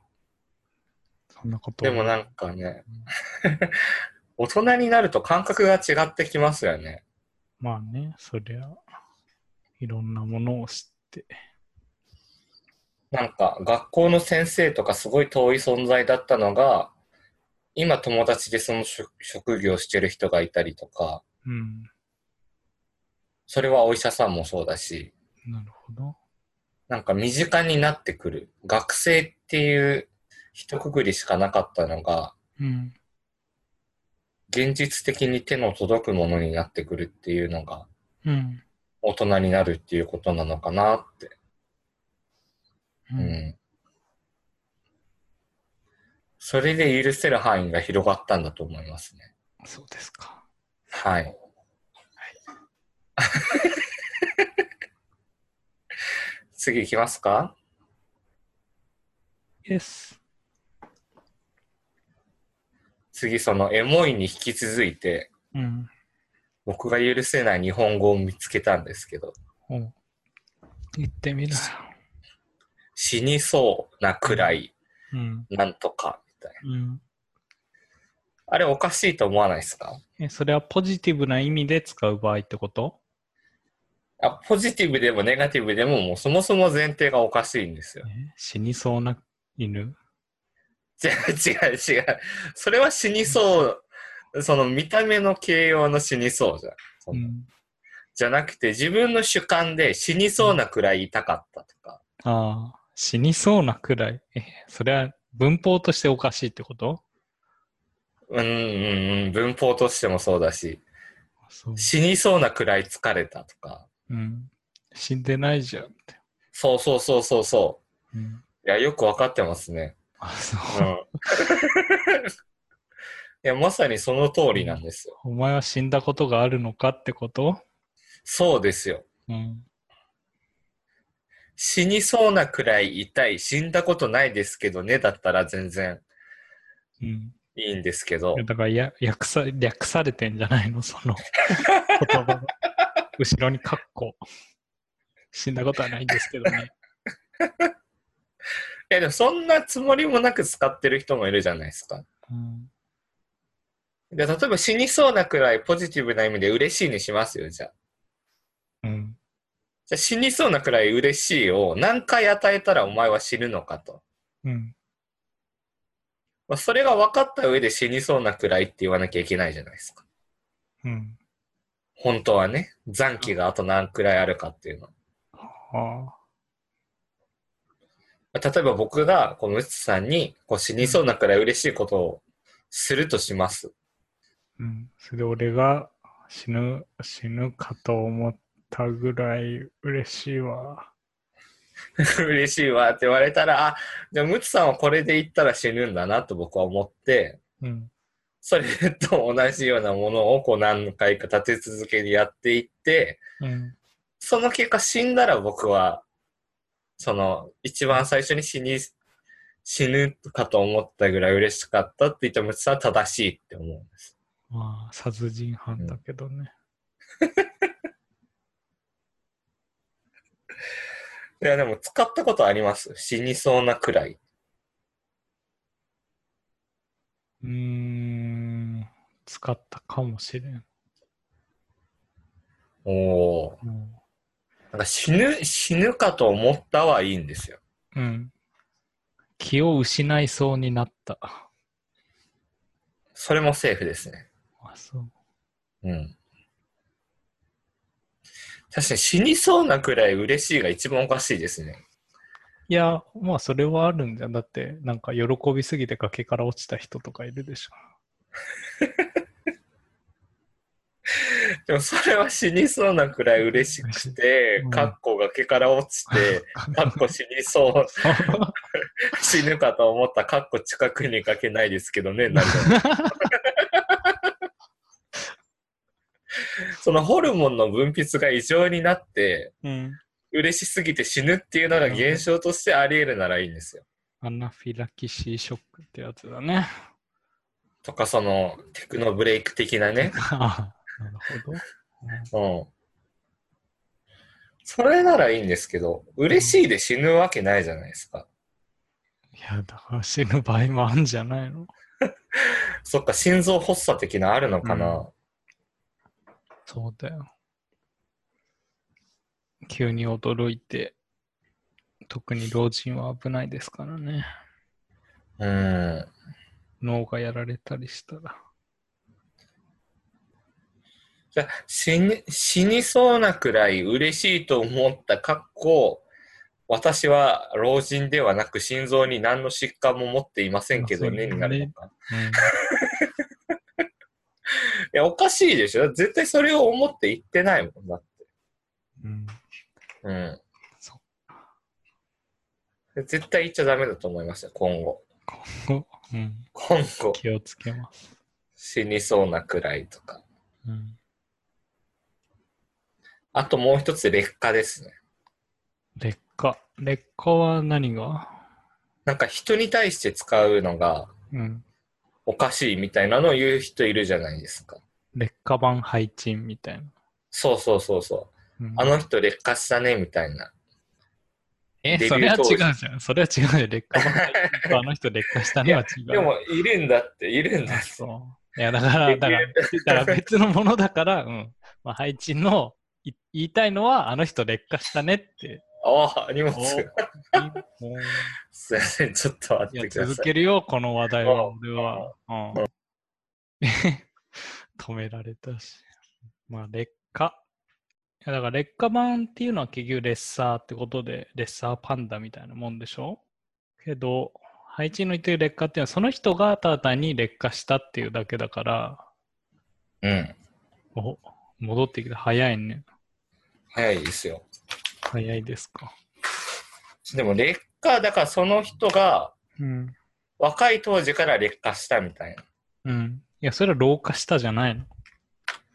Speaker 1: そんなこと
Speaker 2: で
Speaker 1: は
Speaker 2: もなんかね、 大人になると感覚が違ってきますよね。
Speaker 1: まあね、そりゃ、いろんなものを知って。
Speaker 2: なんか学校の先生とかすごい遠い存在だったのが、今友達でその職職業してる人がいたりとか、
Speaker 1: うん。
Speaker 2: それはお医者さんもそうだし、
Speaker 1: なるほど。
Speaker 2: なんか身近になってくる。学生っていう一括りしかなかったのが、
Speaker 1: うん。
Speaker 2: 現実的に手の届くものになってくるっていうのが、
Speaker 1: うん。
Speaker 2: 大人になるっていうことなのかなって。
Speaker 1: う。
Speaker 2: うんん。それで許せる範囲が広がったんだと思いますね。
Speaker 1: そうですか。
Speaker 2: はい。次行きますか
Speaker 1: イエス。
Speaker 2: 次、そのエモいに引き続いて、
Speaker 1: うん。
Speaker 2: 僕が許せない日本語を見つけたんですけど、
Speaker 1: おう言ってみなよ。
Speaker 2: 死にそうなくらい、
Speaker 1: うん。
Speaker 2: なんとか、みたいな。
Speaker 1: うん。
Speaker 2: あれおかしいと思わないですか
Speaker 1: え、それはポジティブな意味で使う場合ってこと
Speaker 2: あポジティブでもネガティブでも、もうそもそも前提がおかしいんですよ。
Speaker 1: え死にそうな犬
Speaker 2: 違う違う違う。それは死にそう、その見た目の形容の死にそうじゃん。その
Speaker 1: うん。
Speaker 2: じゃなくて、自分の主観で死にそうなくらい痛かったとか。
Speaker 1: ああ、死にそうなくらい。え、それは文法としておかしいってこと
Speaker 2: うんうんうん、文法としてもそうだし、
Speaker 1: そう。
Speaker 2: 死にそうなくらい疲れたとか。
Speaker 1: うん。死んでないじゃんって。
Speaker 2: そうそうそうそうそう。
Speaker 1: うん。
Speaker 2: いや、よくわかってますね。
Speaker 1: あ、そう
Speaker 2: うん。いや、まさにその通りなんですよ。
Speaker 1: お前は死んだことがあるのかってこと
Speaker 2: そうですよ。
Speaker 1: うん。
Speaker 2: 死にそうなくらい痛い、死んだことないですけどね、だったら全然
Speaker 1: うん。
Speaker 2: いいんですけど
Speaker 1: いや、だからや略さ、略されてんじゃないのその言 葉の。後ろにカッコ。死んだことはないんですけどね。
Speaker 2: いや、でもそんなつもりもなく使ってる人もいるじゃないですか。
Speaker 1: うん。
Speaker 2: で例えば死にそうなくらいポジティブな意味で嬉しいにしますよ、じゃあ。
Speaker 1: うん。
Speaker 2: じゃあ死にそうなくらい嬉しいを何回与えたらお前は死ぬのかと。
Speaker 1: うん。
Speaker 2: まあ、それが分かった上で死にそうなくらいって言わなきゃいけないじゃないですか。
Speaker 1: うん。
Speaker 2: 本当はね、残機があと何くらいあるかっていうの。
Speaker 1: は
Speaker 2: 例えば僕が、このムツさんに、こう死にそうなくらい嬉しいことをするとします。
Speaker 1: あ。うん。それで俺が死ぬ、死ぬかと思ったぐらい嬉しいわ。
Speaker 2: 嬉しいわって言われたら、あ、じゃあムツさんはこれで言ったら死ぬんだなと僕は思って、
Speaker 1: うん。
Speaker 2: それと同じようなものをこう何回か立て続けにやっていって、
Speaker 1: うん。
Speaker 2: その結果死んだら僕は、その一番最初に死に、死ぬかと思ったぐらい嬉しかったって言ったムツさんは正しいって思うんです。
Speaker 1: まあ、殺人犯だけどね。
Speaker 2: いや、でも使ったことあります。死にそうなくらい。
Speaker 1: うーん。使ったかもしれん。
Speaker 2: おお。
Speaker 1: うん。
Speaker 2: なんか死ぬ、死ぬかと思ったはいいんですよ。
Speaker 1: うん。気を失いそうになった。
Speaker 2: それもセーフですね。
Speaker 1: あ、そう。
Speaker 2: うん。確かに死にそうなくらい嬉しいが一番おかしいですね。
Speaker 1: いや、まあ、それはあるんじゃん。だって、なんか、喜びすぎて崖から落ちた人とかいるでしょ。
Speaker 2: でもそれは死にそうなくらい嬉しくて
Speaker 1: うん、
Speaker 2: かっこ崖から落ち て、かっこ死にそう、死ぬかと思った、かっこ近くにかけないですけどね、なるほど そのホルモンの分泌が異常になって、
Speaker 1: うん。
Speaker 2: 嬉しすぎて死ぬっていうのが現象としてあり得るならいいんですよ。
Speaker 1: アナフィラキシーショックってやつだね。
Speaker 2: とか、その、テクノブレイク的なね。
Speaker 1: あなるほど。
Speaker 2: うん。それならいいんですけど、嬉しいで死ぬわけないじゃないですか。
Speaker 1: いや、だから死ぬ場合もあるんじゃないの
Speaker 2: そっか、心臓発作的なあるのかな、
Speaker 1: うそうだよ。急に驚いて、特に老人は危ないですからね。
Speaker 2: うん、
Speaker 1: 脳がやられたりしたら。
Speaker 2: じゃあ死に、死にそうなくらい嬉しいと思った、かっこ、私は老人ではなく心臓に何の疾患も持っていませんけどね、
Speaker 1: まあそ
Speaker 2: にな
Speaker 1: うね
Speaker 2: るのか。いや、おかしいでしょ絶対それを思って言ってないもんだって。
Speaker 1: うんうん
Speaker 2: うん。
Speaker 1: そ
Speaker 2: 絶対言っちゃダメだと思いますよ、今後。
Speaker 1: こうん、
Speaker 2: 今後、
Speaker 1: 気をつけます。
Speaker 2: 死にそうなくらいとか。
Speaker 1: うん、
Speaker 2: あともう一つ、劣化ですね。
Speaker 1: 劣化。劣化は何が
Speaker 2: なんか人に対して使うのが
Speaker 1: うん。
Speaker 2: おかしいみたいなのを言う人いるじゃないですか。
Speaker 1: 劣化版配置みたいな。
Speaker 2: そうそうそうそう。
Speaker 1: うん
Speaker 2: あの人劣化したね、みたいな。
Speaker 1: え、
Speaker 2: デビュー
Speaker 1: それは
Speaker 2: 当時
Speaker 1: 違うじゃん。それは違うよ。劣化版配置とあの人劣化したねは違う。
Speaker 2: でも、いるんだって、いるんだ
Speaker 1: あ
Speaker 2: って。
Speaker 1: そう。いや、だから、だから、だから別のものだから、うん。まあ、配置のい言いたいのは、あの人劣化したねって。
Speaker 2: ああ、荷物。
Speaker 1: お
Speaker 2: すい
Speaker 1: お
Speaker 2: ません、ちょっと
Speaker 1: い
Speaker 2: 待っ
Speaker 1: や
Speaker 2: てくだ
Speaker 1: 続
Speaker 2: さい。
Speaker 1: けるよ、この話題は、
Speaker 2: うん
Speaker 1: 俺は。うん、止められたし。まあ、劣化。いやだから劣化版っていうのは結局レッサーってことで、レッサーパンダみたいなもんでしょけど、配置の言ってる劣化っていうのは、その人がただ単に劣化したっていうだけだから、
Speaker 2: うん。
Speaker 1: お戻ってきた。早いね。
Speaker 2: 早いですよ。
Speaker 1: 早いですか。
Speaker 2: でも、劣化、だからその人が
Speaker 1: うん。
Speaker 2: 若い当時から劣化したみたいな。
Speaker 1: うん。いや、それは老化したじゃないの。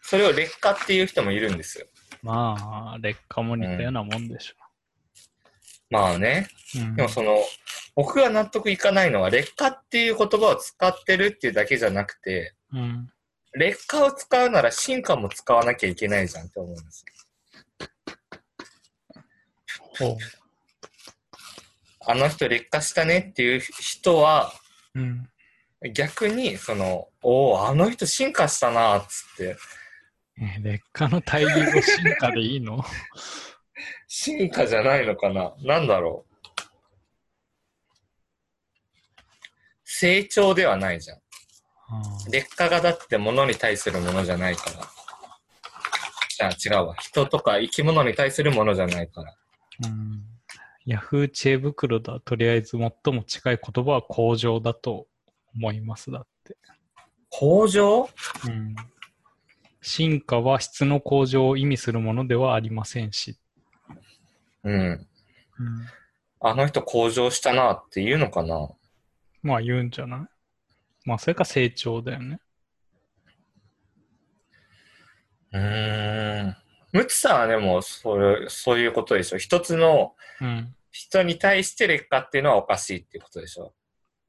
Speaker 2: それを劣化っていう人もいるんですよ。
Speaker 1: まあ、劣化も似たようなもんでしょ。
Speaker 2: まあね。
Speaker 1: うん
Speaker 2: でもその、僕が納得いかないのは、劣化っていう言葉を使ってるっていうだけじゃなくて、
Speaker 1: うん。
Speaker 2: 劣化を使うなら進化も使わなきゃいけないじゃんって思うんですよ。
Speaker 1: ほう。
Speaker 2: あの人劣化したねっていう人は、
Speaker 1: うん。
Speaker 2: 逆に、その、おお、あの人進化したな、っつって、
Speaker 1: え劣化の対義を進化でいい の
Speaker 2: 進化じゃないのかななんだろう。成長ではないじゃん。
Speaker 1: あー
Speaker 2: 劣化がだって物に対するものじゃないから。じゃあ違うわ。人とか生き物に対するものじゃないから。
Speaker 1: うん。ヤフー知恵袋だ。とりあえず最も近い言葉は向上だと思います。だって。
Speaker 2: 向上
Speaker 1: うん。進化は質の向上を意味するものではありませんし。
Speaker 2: うん。
Speaker 1: うん。
Speaker 2: あの人向上したなっていうのかな
Speaker 1: まあ言うんじゃないまあそれか成長だよね。
Speaker 2: うーん。ムツさんはでも、それ、そういうことでしょ。一つの
Speaker 1: うん。
Speaker 2: 人に対して劣化っていうのはおかしいっていうことでしょ。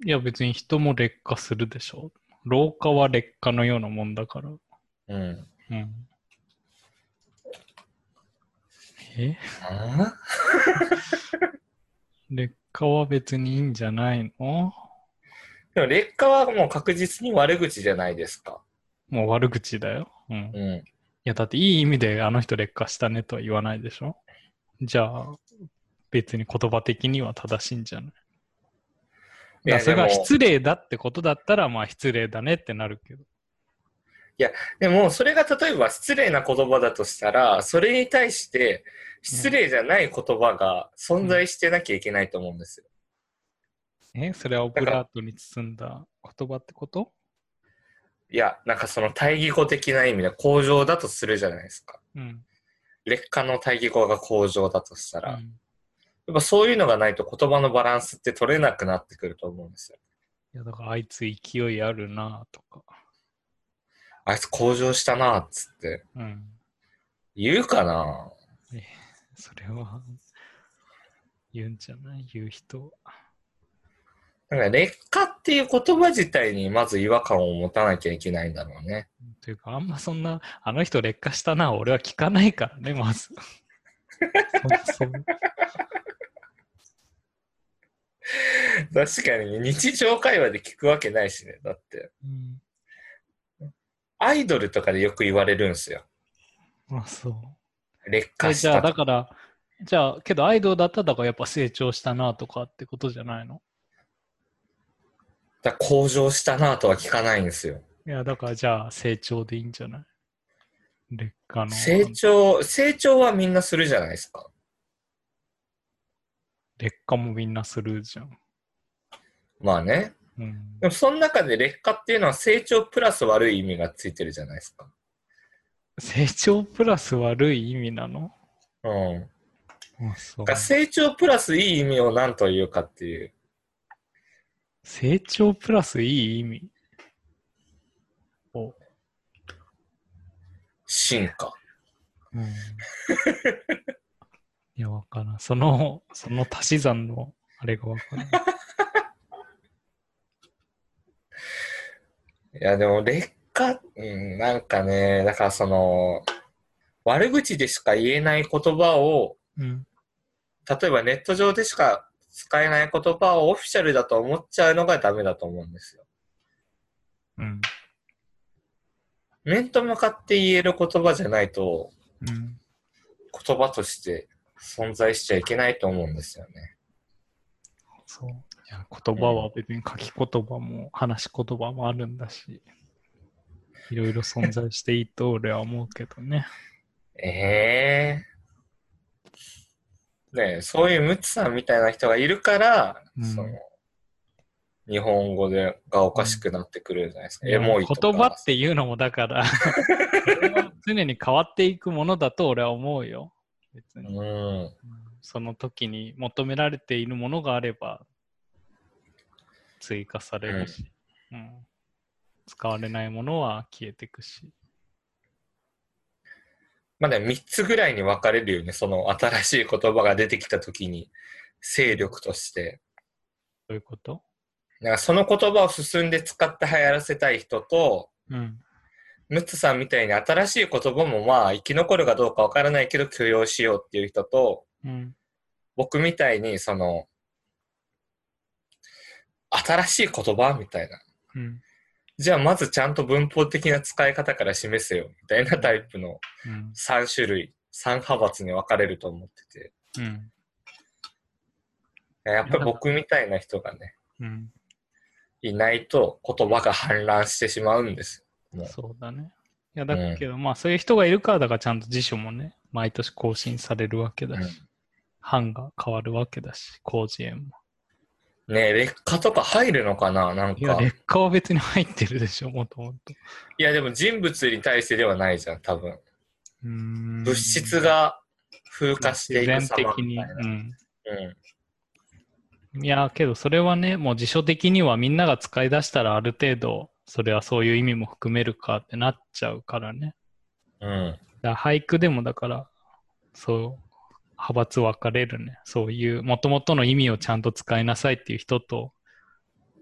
Speaker 1: いや別に人も劣化するでしょ。老化は劣化のようなもんだから。
Speaker 2: うん。
Speaker 1: うん。え
Speaker 2: あ
Speaker 1: 劣化は別にいいんじゃないの
Speaker 2: でも劣化はもう確実に悪口じゃないですか。
Speaker 1: もう悪口だよ。うん。い
Speaker 2: うん。
Speaker 1: やだっていい意味であの人劣化したねとは言わないでしょ。じゃあ別に言葉的には正しいんじゃない
Speaker 2: い
Speaker 1: いや
Speaker 2: や
Speaker 1: それ
Speaker 2: で
Speaker 1: が
Speaker 2: も
Speaker 1: 失礼だってことだったらまあ失礼だねってなるけど。
Speaker 2: でも、それが例えば失礼な言葉だとしたら、それに対して失礼じゃない言葉が存在してなきゃいけないと思うんですよ。
Speaker 1: え、それはオブラートに包んだ言葉ってこと
Speaker 2: いや、なんかその対義語的な意味で向上だとするじゃないですか。
Speaker 1: うん。
Speaker 2: 劣化の対義語が向上だとした
Speaker 1: う
Speaker 2: ら、や
Speaker 1: ん
Speaker 2: っぱそういうのがないと言葉のバランスって取れなくなってくると思うんですよ。
Speaker 1: いや、だからあいつ勢いあるなとか。
Speaker 2: あいつ向上したなっつって
Speaker 1: うん。
Speaker 2: 言うかな
Speaker 1: それは、言うんじゃない言う人。
Speaker 2: なんか劣化っていう言葉自体にまず違和感を持たなきゃいけないんだろうね。
Speaker 1: というか、あんまそんな、あの人劣化したな、俺は聞かないからね、ま ず。そそ
Speaker 2: 確かに日常会話で聞くわけないしね。だって、
Speaker 1: うん。
Speaker 2: アイドルとかでよく言われるんですよ。
Speaker 1: まあそう。
Speaker 2: 劣
Speaker 1: え
Speaker 2: 化し
Speaker 1: じゃ
Speaker 2: た
Speaker 1: あ、だ
Speaker 2: と。
Speaker 1: から、じゃあ、けどアイドルだったら、だからやっぱ成長したなとかってことじゃないの
Speaker 2: だから向上したなとは聞かないんですよ。
Speaker 1: いや、だからじゃあ成長でいいんじゃない劣化の。
Speaker 2: 成長、成長はみんなするじゃないですか。
Speaker 1: 劣化もみんなするじゃん。
Speaker 2: まあね。
Speaker 1: うん
Speaker 2: でもその中で劣化っていうのは成長プラス悪い意味がついてるじゃないですか。
Speaker 1: 成長プラス悪い意味なの
Speaker 2: うん。
Speaker 1: あそう
Speaker 2: が成長プラスいい意味を何というかっていう。
Speaker 1: 成長プラスいい意味を、
Speaker 2: 進化。
Speaker 1: うんいや、わからん。その、その足し算のあれがわから ん。
Speaker 2: いや、でも劣化、うん、なんかね、だからその、悪口でしか言えない言葉を、
Speaker 1: うん。
Speaker 2: 例えばネット上でしか使えない言葉をオフィシャルだと思っちゃうのがダメだと思うんですよ。
Speaker 1: うん。
Speaker 2: 面と向かって言える言葉じゃないと、
Speaker 1: うん。
Speaker 2: 言葉として存在しちゃいけないと思うんですよね。
Speaker 1: そう。いや、言葉は別に書き言葉も話し言葉もあるんだし、いろいろ存在していいと俺は思うけどね。
Speaker 2: ええねえそういうムツさんみたいな人がいるから、
Speaker 1: うん
Speaker 2: その日本語でがおかしくなってくるじゃないですか。エモいとか。
Speaker 1: 言葉っていうのもだから、 それは常に変わっていくものだと俺は思うよ。別に。
Speaker 2: うん。
Speaker 1: その時に求められているものがあれば追加されるし、うん使われないものは消えていくし。
Speaker 2: まあでも3つぐらいに分かれるよね。その新しい言葉が出てきたときに、勢力として。
Speaker 1: どういうこと
Speaker 2: なんかその言葉を進んで使って流行らせたい人と、
Speaker 1: うん。
Speaker 2: ムツさんみたいに新しい言葉もまあ生き残るかどうか分からないけど許容しようっていう人と、
Speaker 1: うん。
Speaker 2: 僕みたいにその新しい言葉みたいな
Speaker 1: うん。
Speaker 2: じゃあまずちゃんと文法的な使い方から示せよみたいなタイプの
Speaker 1: うん。
Speaker 2: 3種類3派閥に分かれると思って
Speaker 1: うん。
Speaker 2: てやっぱり僕みたいな人がね
Speaker 1: うん。
Speaker 2: いないと言葉が氾濫してしまうんですうん
Speaker 1: そうだね。いや、だけど、まあ、そういう人がいるから、だからちゃんと辞書もね、毎年更新されるわけだし、版が変わるわけだし、広辞苑も。
Speaker 2: ねえ劣化とか入るのかななん
Speaker 1: いや、
Speaker 2: かい
Speaker 1: 劣化は別に入ってるでしょ、もともと。
Speaker 2: やでも人物に対してではないじゃん多分
Speaker 1: うーん
Speaker 2: 物質が風化していく
Speaker 1: 自然
Speaker 2: 様
Speaker 1: 的
Speaker 2: み
Speaker 1: に。
Speaker 2: たいな、うん
Speaker 1: うん。いや、けどそれはね、もう辞書的にはみんなが使い出したらある程度、それはそういう意味も含めるかってなっちゃうからね。
Speaker 2: うん、
Speaker 1: だから俳句でもだから、そう、派閥分かれるね。そういう、もともとの意味をちゃんと使いなさいっていう人と、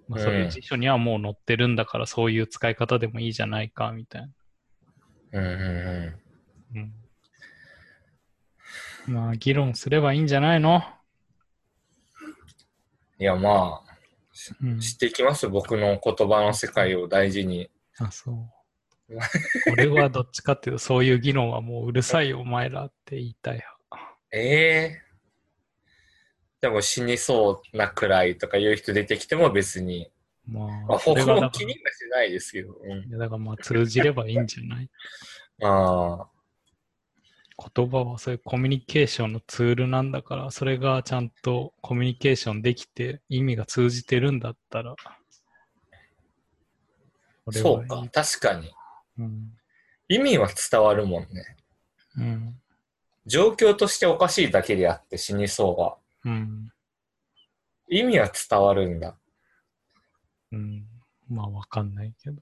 Speaker 1: まあ、そういう辞書にはもう載ってるんだから、そういう使い方でもいいじゃないか、みたいな。
Speaker 2: うんうんうん
Speaker 1: うん。まあ、議論すればいいんじゃないの
Speaker 2: いや、ま
Speaker 1: うん
Speaker 2: あ、。知っていきます、僕の言葉の世界を大事に。
Speaker 1: あ、そう。俺はどっちかっていうと、そういう議論はもううるさいよお前らって言いたい派。
Speaker 2: ええでも死にそうなくらいとかいう人出てきても別に。
Speaker 1: ま
Speaker 2: ま
Speaker 1: あ、
Speaker 2: あ、
Speaker 1: そ
Speaker 2: 僕
Speaker 1: れがだ
Speaker 2: も
Speaker 1: か
Speaker 2: 気
Speaker 1: ら
Speaker 2: にはしないですけど。うん
Speaker 1: い、やだからまあ通じればいいんじゃない
Speaker 2: ああ、
Speaker 1: 言葉はそういうコミュニケーションのツールなんだから、それがちゃんとコミュニケーションできて意味が通じてるんだったら。俺は
Speaker 2: そ
Speaker 1: いうい
Speaker 2: か、。確かに。
Speaker 1: うん。
Speaker 2: 意味は伝わるもんね。
Speaker 1: うん。
Speaker 2: 状況としておかしいだけであって死にそうが。
Speaker 1: うん。
Speaker 2: 意味は伝わるんだ。
Speaker 1: うん、まあわかんないけど。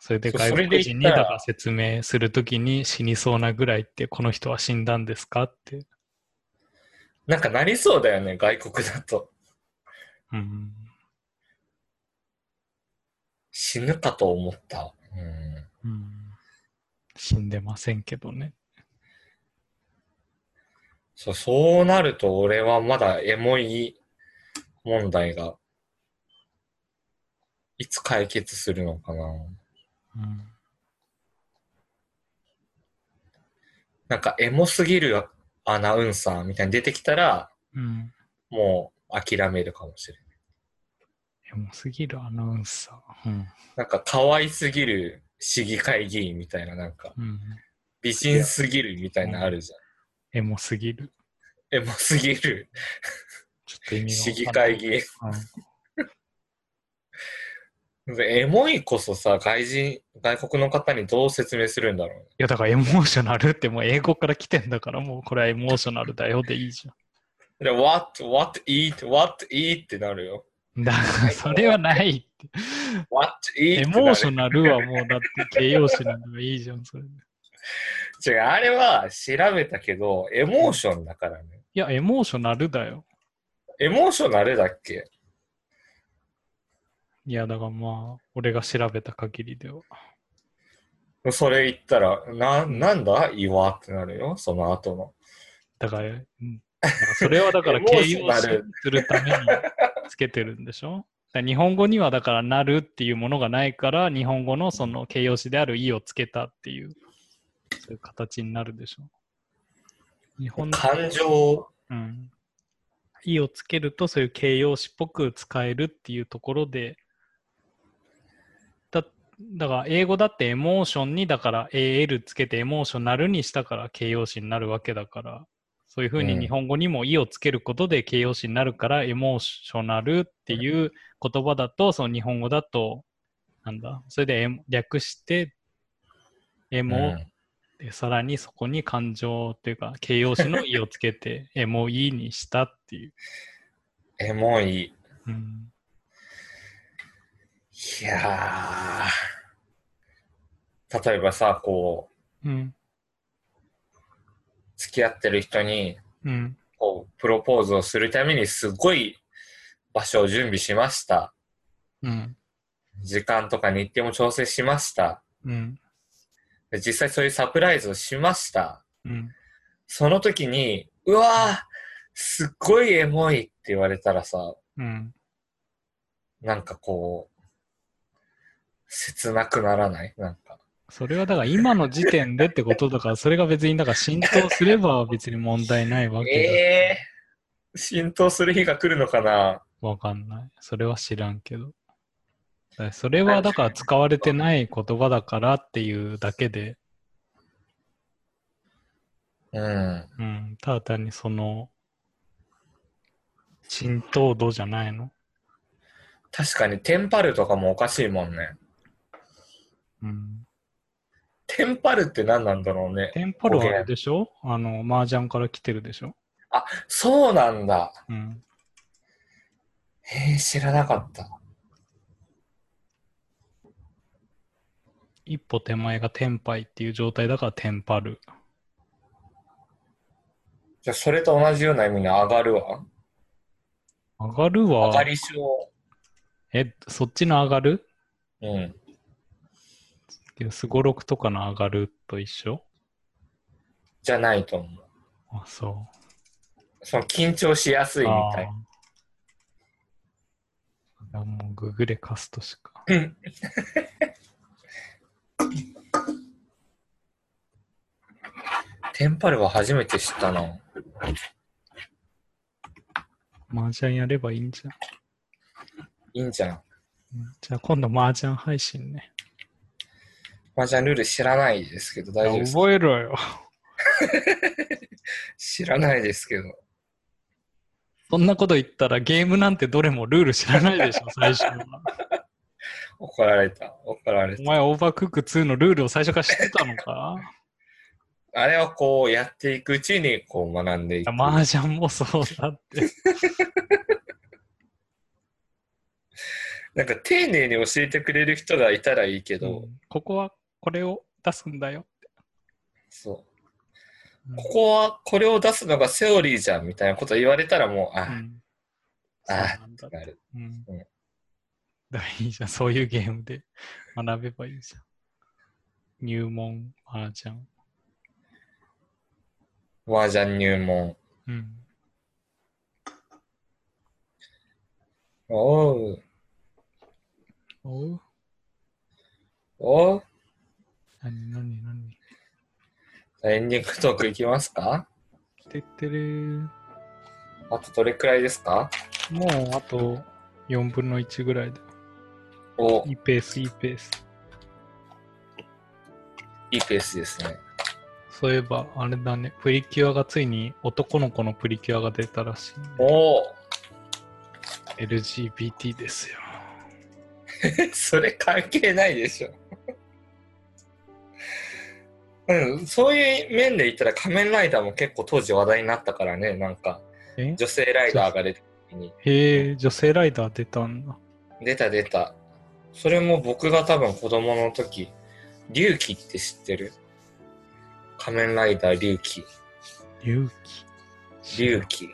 Speaker 1: それで
Speaker 2: そう
Speaker 1: 外国人に
Speaker 2: それで言
Speaker 1: だ
Speaker 2: った
Speaker 1: からら説明するときに死にそうなぐらいってこの人は死んだんですかって。
Speaker 2: なんかなりそうだよね、外国だと。
Speaker 1: うん。
Speaker 2: 死ぬかと思った。うん
Speaker 1: うん、死んでませんけどね。
Speaker 2: そう、そうなると俺はまだエモい問題が、いつ解決するのかな。
Speaker 1: うん。
Speaker 2: なんかエモすぎるアナウンサーみたいに出てきたら、
Speaker 1: うん。
Speaker 2: もう諦めるかもしれない。
Speaker 1: エモすぎるアナウンサー。うん。
Speaker 2: なんか可愛すぎる市議会議員みたいな、なんか
Speaker 1: うん、
Speaker 2: 美人すぎるみたいなのあるじゃん。
Speaker 1: エモすぎる。
Speaker 2: エモすぎる。
Speaker 1: と意味が
Speaker 2: 市議
Speaker 1: わかんない
Speaker 2: 会議
Speaker 1: うん
Speaker 2: でエモいこそさ、外人、外国の方にどう説明するんだろうね。
Speaker 1: いやだからエモーショナルってもう英語から来てんだからもうこれはエモーショナルだよでいいじ
Speaker 2: で、what, what eat, what eat ってなるよ。
Speaker 1: ゃん。だからそれはないって。
Speaker 2: what eat
Speaker 1: エ
Speaker 2: って
Speaker 1: モー
Speaker 2: な
Speaker 1: ショ
Speaker 2: る。
Speaker 1: ナルはもうだって形容詞なんだからいいじゃん、それで。
Speaker 2: 違う、あれは調べたけど、エモーションだからね。
Speaker 1: いや、エモーショナルだよ。
Speaker 2: エモーションあれだっけ
Speaker 1: いや、だからまあ、俺が調べた限りでは。
Speaker 2: それ言ったら、な、なんだ岩ってなるよ、その後の。
Speaker 1: だから、うん、だからそれはだから
Speaker 2: エ
Speaker 1: 形
Speaker 2: モー
Speaker 1: 容
Speaker 2: シ
Speaker 1: 詞
Speaker 2: ョナル
Speaker 1: にするためにつけてるんでしょだから日本語にはだからなるっていうものがないから、日本語のその形容詞である意をつけたっていう、そういう形になるでしょ日本の
Speaker 2: 感情、
Speaker 1: うん。意をつけるとそういう形容詞っぽく使えるっていうところで、だだから英語だってエモーションにだから AL つけてエモーショナルにしたから形容詞になるわけだから、そういうふう
Speaker 2: う
Speaker 1: に
Speaker 2: ん
Speaker 1: 日本語にも意をつけることで形容詞になるから、エモーショナルっていう言葉だと、その日本語だと、なんだ、それでエモ略して、エ
Speaker 2: う
Speaker 1: モ、
Speaker 2: ん、
Speaker 1: で、さらにそこに感情というか、形容詞の意をつけ て、え、もういいにしたっていう。
Speaker 2: エモい。
Speaker 1: うん、
Speaker 2: いやー。例えばさ、こう、
Speaker 1: うん、
Speaker 2: 付き合ってる人に、
Speaker 1: うん、
Speaker 2: こう、プロポーズをするためにすごい場所を準備しました。
Speaker 1: うん、
Speaker 2: 時間とか日程も調整しました。
Speaker 1: うん、
Speaker 2: で実際そういうサプライズをしました。
Speaker 1: うん。
Speaker 2: その時に、うわーすっごいエモいって言われたらさ、
Speaker 1: うん、
Speaker 2: なんかこう、切なくならないなんか。
Speaker 1: それはだから今の時点でってことだから、それが別にだから浸透すれば別に問題ないわけ
Speaker 2: えー、浸透する日が来るのかな
Speaker 1: だ。わかんない。それは知らんけど。だからそれはだから使われてない言葉だからっていうだけで、
Speaker 2: うん。
Speaker 1: うん、ただ単にその、浸透度じゃないの。
Speaker 2: 確かにテンパるとかもおかしいもんね。
Speaker 1: うん
Speaker 2: テンパるって何なんだろうね。
Speaker 1: テンポルはあれでしょあの、麻雀から来てるでしょ
Speaker 2: そうなんだ。
Speaker 1: うん。
Speaker 2: えー、知らなかった。
Speaker 1: 一歩手前がテンパイっていう状態だからテンパる。
Speaker 2: じゃあ、それと同じような意味の上がるわ。
Speaker 1: 上がる
Speaker 2: 上が
Speaker 1: は、
Speaker 2: り症。
Speaker 1: え、そっちの上がる
Speaker 2: うん。
Speaker 1: すごろくとかの上がると一緒
Speaker 2: じゃないと思う。
Speaker 1: あ、そ
Speaker 2: その緊張しやす
Speaker 1: う。
Speaker 2: いみ
Speaker 1: あ
Speaker 2: たい。
Speaker 1: ーあもうググレカストしか。
Speaker 2: うんテンパるは初めて知ったな。
Speaker 1: 麻雀やればいいんじゃん。
Speaker 2: いいんじゃん。
Speaker 1: うんじゃあ今度麻雀配信ね。
Speaker 2: まあ、じゃあルール知らないですけど、大丈夫ですか
Speaker 1: 覚えろよ。
Speaker 2: 知らないですけど。
Speaker 1: そんなこと言ったらゲームなんてどれもルール知らないでしょ、最初は。
Speaker 2: 怒られた。怒られ
Speaker 1: お
Speaker 2: た。
Speaker 1: 前、オーバークック2のルールを最初から知ってたのか
Speaker 2: あれをこうやっていくうちにこう学んでいく。
Speaker 1: マージャンもそうだって。
Speaker 2: なんか丁寧に教えてくれる人がいたらいいけど、
Speaker 1: ここはこれを出すんだよ。
Speaker 2: そう。ここはこれを出すのがセオリーじゃんみたいなこと言われたらもう、あ、
Speaker 1: うん
Speaker 2: あ
Speaker 1: そうなんだ
Speaker 2: なる。
Speaker 1: うん
Speaker 2: うん
Speaker 1: だからいいじゃん、そういうゲームで学べばいいじゃん。入門、マージャン。
Speaker 2: 麻雀入門。
Speaker 1: うん。
Speaker 2: おう、
Speaker 1: おう
Speaker 2: おう。
Speaker 1: 何、何、何
Speaker 2: エンディングトークいきますか
Speaker 1: てってるー。
Speaker 2: あとどれくらいですか
Speaker 1: もうあと4分の1ぐらいで。
Speaker 2: お、
Speaker 1: いいペース、いいペース。
Speaker 2: いいペースですね。
Speaker 1: そういえば、あれだね、プリキュアがついに男の子のプリキュアが出たらしいね、
Speaker 2: おお、
Speaker 1: LGBT ですよ。
Speaker 2: それ関係ないでしょ。 うん、そういう面で言ったら仮面ライダーも結構当時話題になったからね、なんか
Speaker 1: え
Speaker 2: 女性ライダーが出た時に。
Speaker 1: へえ、女性ライダー出たんだ。
Speaker 2: 出た出た。それも僕が多分子供の時、龍騎って知ってる仮面ライダー龍騎。
Speaker 1: 勇気。
Speaker 2: 龍騎。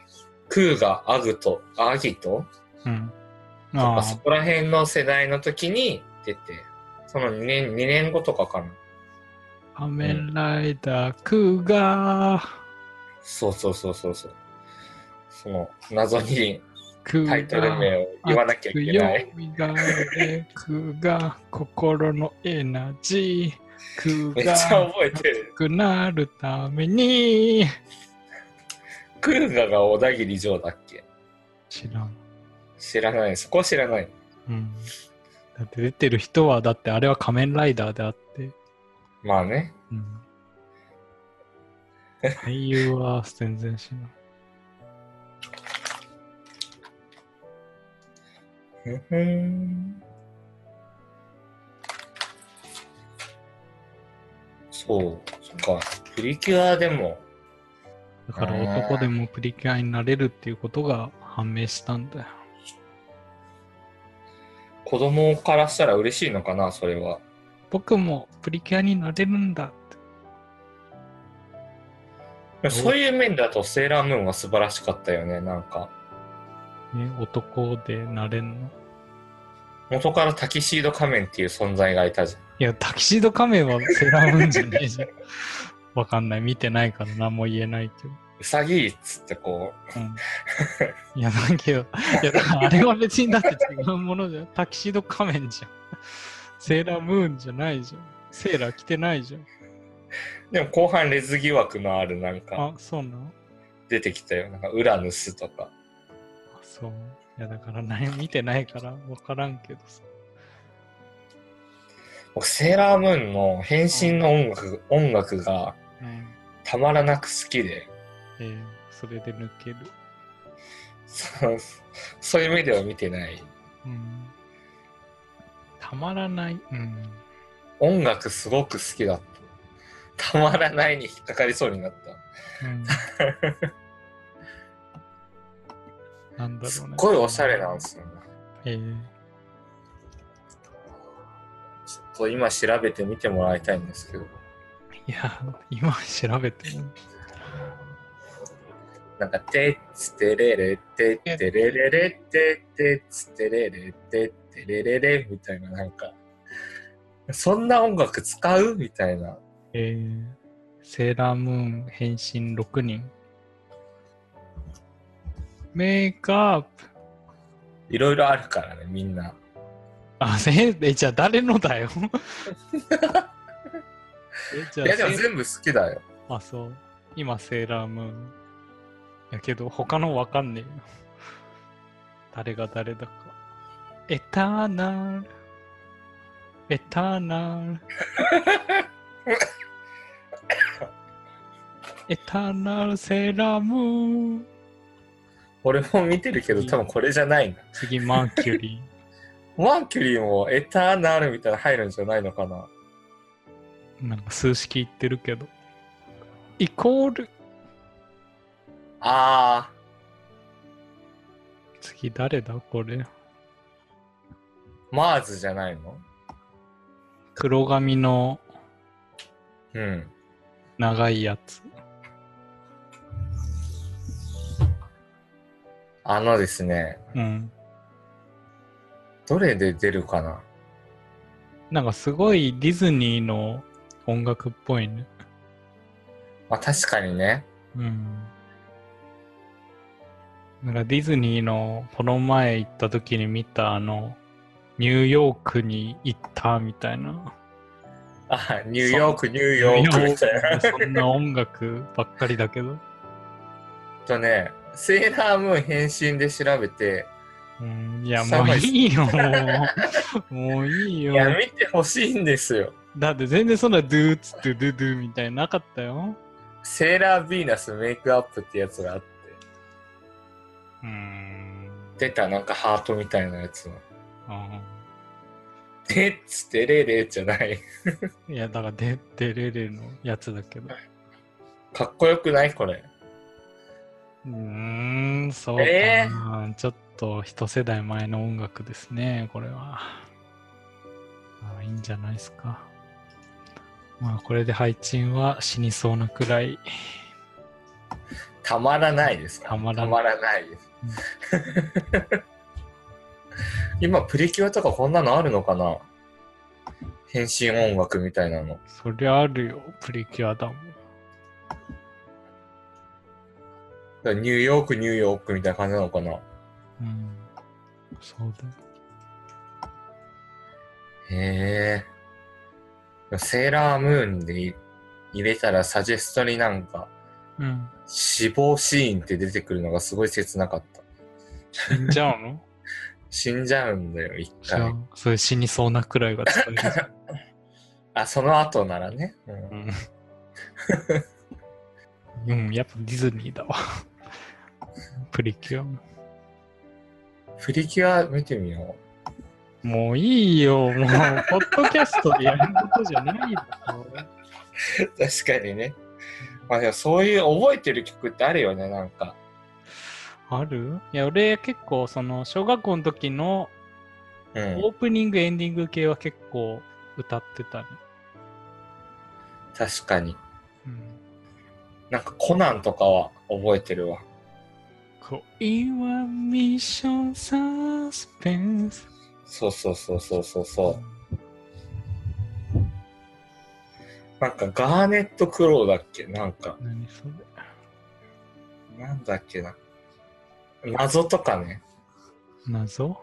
Speaker 2: クーガ、アグト、アギト
Speaker 1: うん。
Speaker 2: とか
Speaker 1: あ
Speaker 2: そ
Speaker 1: あ、
Speaker 2: こら辺の世代の時に出て、その2年、二年後とかかな。
Speaker 1: 仮面ライダー、クーガー。
Speaker 2: そうそうそうそうそう。その謎に
Speaker 1: クーガー。
Speaker 2: タイトル名を言わなきゃいけない。
Speaker 1: 強みがあるクーガー、心のエナジー。ク
Speaker 2: めっ
Speaker 1: ー
Speaker 2: ちゃ
Speaker 1: ガー、
Speaker 2: 覚えてる。
Speaker 1: くなるために。
Speaker 2: クーガが小田切城だっけ
Speaker 1: 知らん。
Speaker 2: 知らない。そこ知らない。
Speaker 1: うん。だって出てる人は、だってあれは仮面ライダーであって。
Speaker 2: まあね。
Speaker 1: うん。俳優は全然しない。
Speaker 2: ふふんそう、そっか。プリキュアでも、
Speaker 1: だから男でもプリキュアになれるっていうことが判明したんだよ。
Speaker 2: 子供からしたら嬉しいのかな、それは。
Speaker 1: 僕もプリキュアになれるんだって。
Speaker 2: でもそういう面だと、セーラームーンは素晴らしかったよね、なんか。
Speaker 1: ね、男でなれんの。
Speaker 2: 元からタキシード仮面っていう存在がいたじゃん。
Speaker 1: いや、タキシード仮面はセーラームーンじゃねえじゃん。 わかんない。見てないから何も言えないけど。
Speaker 2: うさぎっつってこ
Speaker 1: うん、いや、だけど、いや、だからあれは別にだって違うものじゃん。タキシード仮面じゃん。セーラームーンじゃないじゃん。セーラー着てないじゃん。
Speaker 2: う。でも後半レズ疑惑のあるなんか
Speaker 1: あ、そうなの
Speaker 2: 出てきたよ。なんかウラヌスとか。
Speaker 1: あそう。いや、だから何見てないからわからんけどさ。
Speaker 2: 僕、セーラームーンの変身の音楽、音楽が
Speaker 1: うん。
Speaker 2: たまらなく好きで。
Speaker 1: えーそれで抜ける。
Speaker 2: そうそういう目では見てない。
Speaker 1: うん。たまらない。うん。
Speaker 2: 音楽すごく好きだった。たまらないに引っかかりそうになっ
Speaker 1: うん、なんだ
Speaker 2: た。す
Speaker 1: ろ
Speaker 2: っ
Speaker 1: うね。
Speaker 2: ごいおしゃれなんですよね。
Speaker 1: えー
Speaker 2: ちょっと今調べてみてもらいたいんですけど、
Speaker 1: いや、今調べても。
Speaker 2: なんか、てっつてれれ、てってれれれ、てってつてれれ、てってれれれ、みたいな、なんか、そんな音楽使うみたいな。
Speaker 1: えーセーラームーン変身6人。メイクアップ。
Speaker 2: いろいろあるからね、みんな。
Speaker 1: あ、せえ、じゃあ誰のだ よ。え、じ
Speaker 2: い
Speaker 1: ゃあ
Speaker 2: や、でも
Speaker 1: せ
Speaker 2: 全部好きだよ。
Speaker 1: あ、そう。今、セーラームーン。やけど、他のわかんねえよ。誰が誰だか。エターナル。エターナル。エターナルセーラームーン。
Speaker 2: 俺も見てるけど、多分これじゃないな。
Speaker 1: 次、マーキュリ
Speaker 2: マーキュリーもエターナルみたいなの入るんじゃないのかな
Speaker 1: ー。なんか数式言ってるけど。イコール。
Speaker 2: あ
Speaker 1: 次、誰だこれ。
Speaker 2: ー、マーズじゃないの
Speaker 1: 黒髪の
Speaker 2: うん。
Speaker 1: 長いやつ。
Speaker 2: あのですね、
Speaker 1: うん。
Speaker 2: どれで出るかな
Speaker 1: なんかすごいディズニーの音楽っぽいね。
Speaker 2: まあ確かにね。
Speaker 1: うん。なんかディズニーのこの前行った時に見たあの、ニューヨークに行ったみたいな。
Speaker 2: あ、ニューヨーク、ニューヨークみたいな。
Speaker 1: そんな音楽ばっかりだけど。
Speaker 2: とね、セーラームーン変身で調べて、
Speaker 1: うん、いやもういいよ、もう。もういい
Speaker 2: い
Speaker 1: よ。
Speaker 2: や、見てほしいんですよ。
Speaker 1: だって全然そんなドゥーツドゥドゥドゥみたいななかったよ。
Speaker 2: セーラーヴィーナスメイクアップってやつがあって、
Speaker 1: うーん。
Speaker 2: 出たなんかハートみたいなやつの。
Speaker 1: あ
Speaker 2: でっつってれれじゃない。
Speaker 1: ーいや、だから、で、デレレのやつだけど。
Speaker 2: かっこよくないこれ。
Speaker 1: うーん、そうかな、
Speaker 2: え
Speaker 1: ちょっと一世代前の音楽ですね、これは。まあ、いいんじゃないですか。まあ、これで配置は死にそうなくらい。
Speaker 2: たまらないですか
Speaker 1: たまらない
Speaker 2: たまらないです。 今、プリキュアとかこんなのあるのかな変身音楽みたいなの。
Speaker 1: そりゃあるよ、プリキュアだもん。
Speaker 2: ニューヨーク、ニューヨークみたいな感じなのかな
Speaker 1: うん。そうだよ。
Speaker 2: へえ。セーラームーンでい入れたらサジェストになんか
Speaker 1: うん。
Speaker 2: 死亡シーンって出てくるのがすごい切なかった。
Speaker 1: 死んじゃうの
Speaker 2: 死んじゃうんだよ、一
Speaker 1: じゃ
Speaker 2: 回。
Speaker 1: あ、それ死にそうなくらいが使えるじゃん。
Speaker 2: あ、その後ならね。うん
Speaker 1: うん、うんやっぱディズニーだわ。プリキュアも。
Speaker 2: プリキュア見てみよ
Speaker 1: もういいよ、もう、ポッドキャストでやることじゃないだろ。
Speaker 2: う。 確かにね。まあでもそういう覚えてる曲ってあるよね、なんか。
Speaker 1: あるいや、俺結構、その、小学校の時の
Speaker 2: うん
Speaker 1: オ。ープニング、エンディング系は結構歌ってたね。
Speaker 2: 確かに。
Speaker 1: うん。
Speaker 2: なんかコナンとかは覚えてるわ。
Speaker 1: 恋はミッションサスペンス。
Speaker 2: そうそうそうそうそうそう。なんかガーネットクロウだっけなんか。
Speaker 1: 何それ
Speaker 2: なんだっけな。謎とかね。
Speaker 1: 謎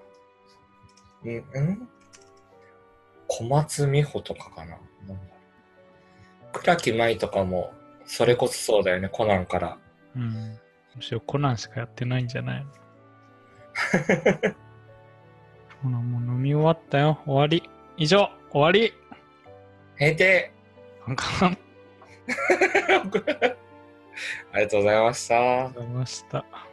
Speaker 2: んん小松美穂とかかな。なんだ倉木舞とかも、それこそそうだよね、コナンから。
Speaker 1: うん。むしろコナンしかやってないんじゃないの コナンもう飲み終わったよ。終わり。以上、終わり。
Speaker 2: 閉 店
Speaker 1: カンカン。
Speaker 2: ありがとうございました。
Speaker 1: ありがとうございました。